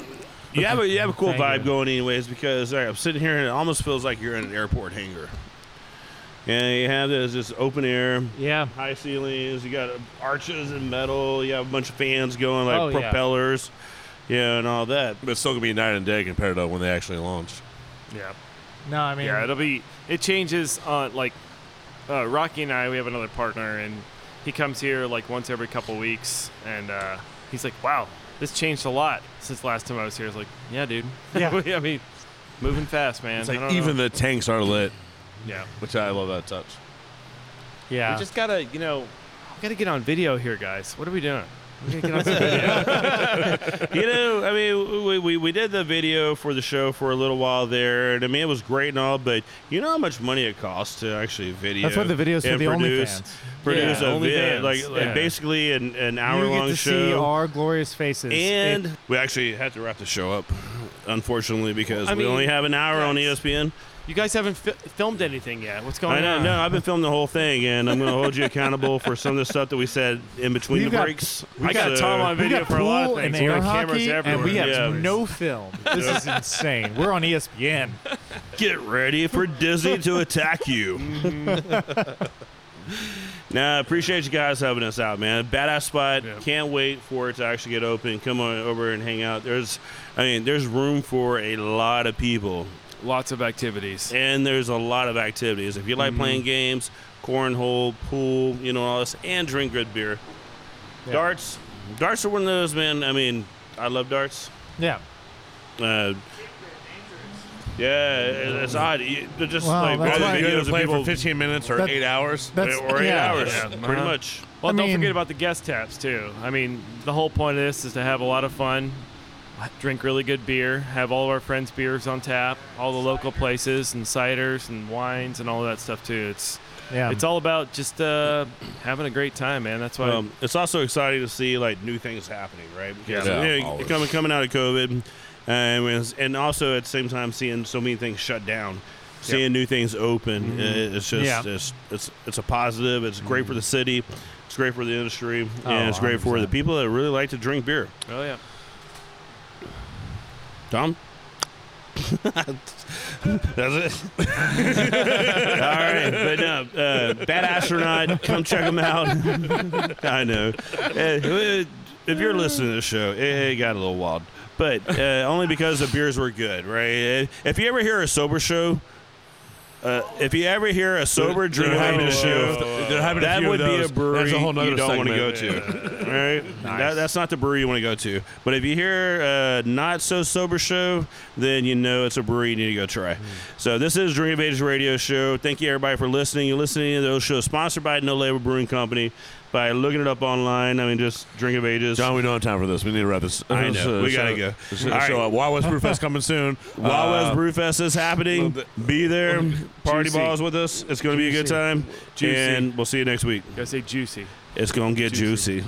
[SPEAKER 1] You have a you have a cool
[SPEAKER 2] Thank
[SPEAKER 1] vibe
[SPEAKER 2] you.
[SPEAKER 1] going, anyways. Because all right, I'm sitting here and it almost feels like you're in an airport hangar. Yeah, you have this this open air.
[SPEAKER 3] Yeah.
[SPEAKER 1] High ceilings. You got arches and metal. You have a bunch of fans going like
[SPEAKER 2] Oh, yeah.
[SPEAKER 1] propellers. Yeah. and all that.
[SPEAKER 2] But it's still gonna be night and day compared to when they actually launched.
[SPEAKER 4] Yeah.
[SPEAKER 3] No, I mean,
[SPEAKER 4] yeah, it'll be it changes on like uh, Rocky and I. We have another partner, and he comes here like once every couple weeks, and uh, he's like, "Wow, this changed a lot since last time I was here." I was like, "Yeah, dude.
[SPEAKER 2] Yeah.
[SPEAKER 4] I mean, moving fast, man.
[SPEAKER 2] It's
[SPEAKER 4] I
[SPEAKER 2] like
[SPEAKER 4] don't
[SPEAKER 2] even
[SPEAKER 4] know.
[SPEAKER 2] the tanks are lit.
[SPEAKER 4] Yeah.
[SPEAKER 2] which I love that touch.
[SPEAKER 4] We just gotta, you know, we gotta get on video here, guys. What are we doing? We gotta get on some video.
[SPEAKER 1] you know, I mean, we, we, we did the video for the show for a little while there, and I mean, it was great and all, but you know how much money it costs to actually video?
[SPEAKER 3] That's what the videos for
[SPEAKER 1] and
[SPEAKER 3] the
[SPEAKER 1] produce,
[SPEAKER 3] OnlyFans.
[SPEAKER 1] Produce
[SPEAKER 3] Yeah,
[SPEAKER 1] a video,
[SPEAKER 3] OnlyFans,
[SPEAKER 1] like, like
[SPEAKER 3] yeah.
[SPEAKER 1] basically an, an hour
[SPEAKER 3] you
[SPEAKER 1] long
[SPEAKER 3] get to
[SPEAKER 1] show.
[SPEAKER 3] see our glorious faces.
[SPEAKER 1] and we actually had to wrap the show up, unfortunately, because
[SPEAKER 4] I
[SPEAKER 1] we
[SPEAKER 4] mean,
[SPEAKER 1] only have an hour on E
[SPEAKER 4] guys.
[SPEAKER 1] ESPN.
[SPEAKER 4] you guys haven't fi- filmed anything yet. What's going
[SPEAKER 1] I know,
[SPEAKER 4] on?
[SPEAKER 1] no, I've been filming the whole thing, and I'm going to hold you accountable for some of the stuff that we said in between
[SPEAKER 3] We've
[SPEAKER 1] the
[SPEAKER 3] got-
[SPEAKER 1] breaks.
[SPEAKER 3] we
[SPEAKER 1] I uh,
[SPEAKER 3] got
[SPEAKER 1] so-
[SPEAKER 3] Tom on We video got for a lot of pool and things. We got air cameras hockey, and everywhere. we have no film. This is insane. We're on E ESPN.
[SPEAKER 1] Get ready for Disney to attack you. Nah, appreciate you guys having us out, man. Badass spot. Can't wait for it to actually get open. Come on over and hang out. There's, I mean, there's room for a lot of people.
[SPEAKER 4] Lots of activities.
[SPEAKER 1] And there's a lot of activities. If you like
[SPEAKER 4] Mhm.
[SPEAKER 1] playing games, cornhole, pool, you know, all this, and drink good beer. Darts. Darts are one of
[SPEAKER 2] Uh,
[SPEAKER 1] those, man. I mean, I love darts.
[SPEAKER 3] Yeah.
[SPEAKER 1] Uh,
[SPEAKER 12] Yeah, it- it's odd. You- They're just
[SPEAKER 3] Wow,
[SPEAKER 12] like
[SPEAKER 3] that's
[SPEAKER 12] rather
[SPEAKER 3] why-
[SPEAKER 12] than
[SPEAKER 3] You
[SPEAKER 12] videos
[SPEAKER 3] gotta
[SPEAKER 12] of
[SPEAKER 3] play for
[SPEAKER 12] people-
[SPEAKER 3] 15 minutes or That- eight hours. that's-
[SPEAKER 12] or eight
[SPEAKER 3] yeah.
[SPEAKER 12] hours,
[SPEAKER 3] Yeah,
[SPEAKER 12] pretty
[SPEAKER 3] uh-huh.
[SPEAKER 12] much.
[SPEAKER 4] Well,
[SPEAKER 3] I
[SPEAKER 4] don't
[SPEAKER 3] mean-
[SPEAKER 4] forget about the guest taps too. I mean, the whole point of this is to have a lot of fun, drink really good beer, have all of our friends' beers on tap, all the local places and ciders and wines and all that stuff too. It's
[SPEAKER 3] Yeah.
[SPEAKER 4] it's all about just uh, having a great time, man. That's why.
[SPEAKER 2] Um, it's also exciting to see like new things happening, right? Because
[SPEAKER 12] Yeah,
[SPEAKER 2] you know,
[SPEAKER 12] always.
[SPEAKER 2] coming coming out of COVID, uh, and was- and also at the same time seeing so many things shut down, seeing new things open.
[SPEAKER 3] Mm-hmm.
[SPEAKER 2] uh, It's just
[SPEAKER 12] Yeah.
[SPEAKER 2] it's, it's it's a positive. It's great for
[SPEAKER 3] Mm-hmm.
[SPEAKER 2] the city. It's great for the industry, and
[SPEAKER 12] Oh,
[SPEAKER 2] it's great for the people that really like to drink beer.
[SPEAKER 4] oh yeah.
[SPEAKER 2] Tom. That's it. All right, but no, uh, Bad Astronaut, come check them out. I know. Uh, if you're listening to the show, it, it got a little wild, but uh, only because the beers were good, right? Uh, If you ever hear a sober show, uh, if you ever hear a sober
[SPEAKER 12] They're-
[SPEAKER 2] drink
[SPEAKER 12] they're having
[SPEAKER 2] having
[SPEAKER 12] a
[SPEAKER 2] a
[SPEAKER 12] few of th- they're
[SPEAKER 2] show,
[SPEAKER 12] having a
[SPEAKER 2] that
[SPEAKER 12] few of
[SPEAKER 2] would be
[SPEAKER 12] those.
[SPEAKER 2] a brewery
[SPEAKER 12] That's a whole nother
[SPEAKER 2] you don't want to go
[SPEAKER 12] segment.
[SPEAKER 2] to.
[SPEAKER 12] Yeah.
[SPEAKER 2] All right, that, that's not the brewery you want to go to. But if you hear uh, not so sober show, then you know it's a brewery you need to go
[SPEAKER 12] Hmm.
[SPEAKER 2] try. So this is Drink of Ages Radio Show. Thank you everybody for listening. You're listening to those shows sponsored by No Label Brewing Company. By looking it up online, I mean just Drink of Ages.
[SPEAKER 12] John, we don't have time for this. We need to wrap this.
[SPEAKER 2] I know.
[SPEAKER 12] so-
[SPEAKER 2] We gotta
[SPEAKER 12] so-
[SPEAKER 2] go.
[SPEAKER 12] So,
[SPEAKER 2] All
[SPEAKER 12] so,
[SPEAKER 2] right.
[SPEAKER 12] uh, Wild West Brewfest coming soon.
[SPEAKER 2] Wild West
[SPEAKER 12] Uh,
[SPEAKER 2] Brewfest is happening. Be there. Party
[SPEAKER 12] Juicy.
[SPEAKER 2] balls with us. It's going to be a good
[SPEAKER 12] Juicy.
[SPEAKER 2] time.
[SPEAKER 12] Juicy.
[SPEAKER 2] And we'll see you next week.
[SPEAKER 4] Gotta say juicy.
[SPEAKER 2] It's going to get juicy.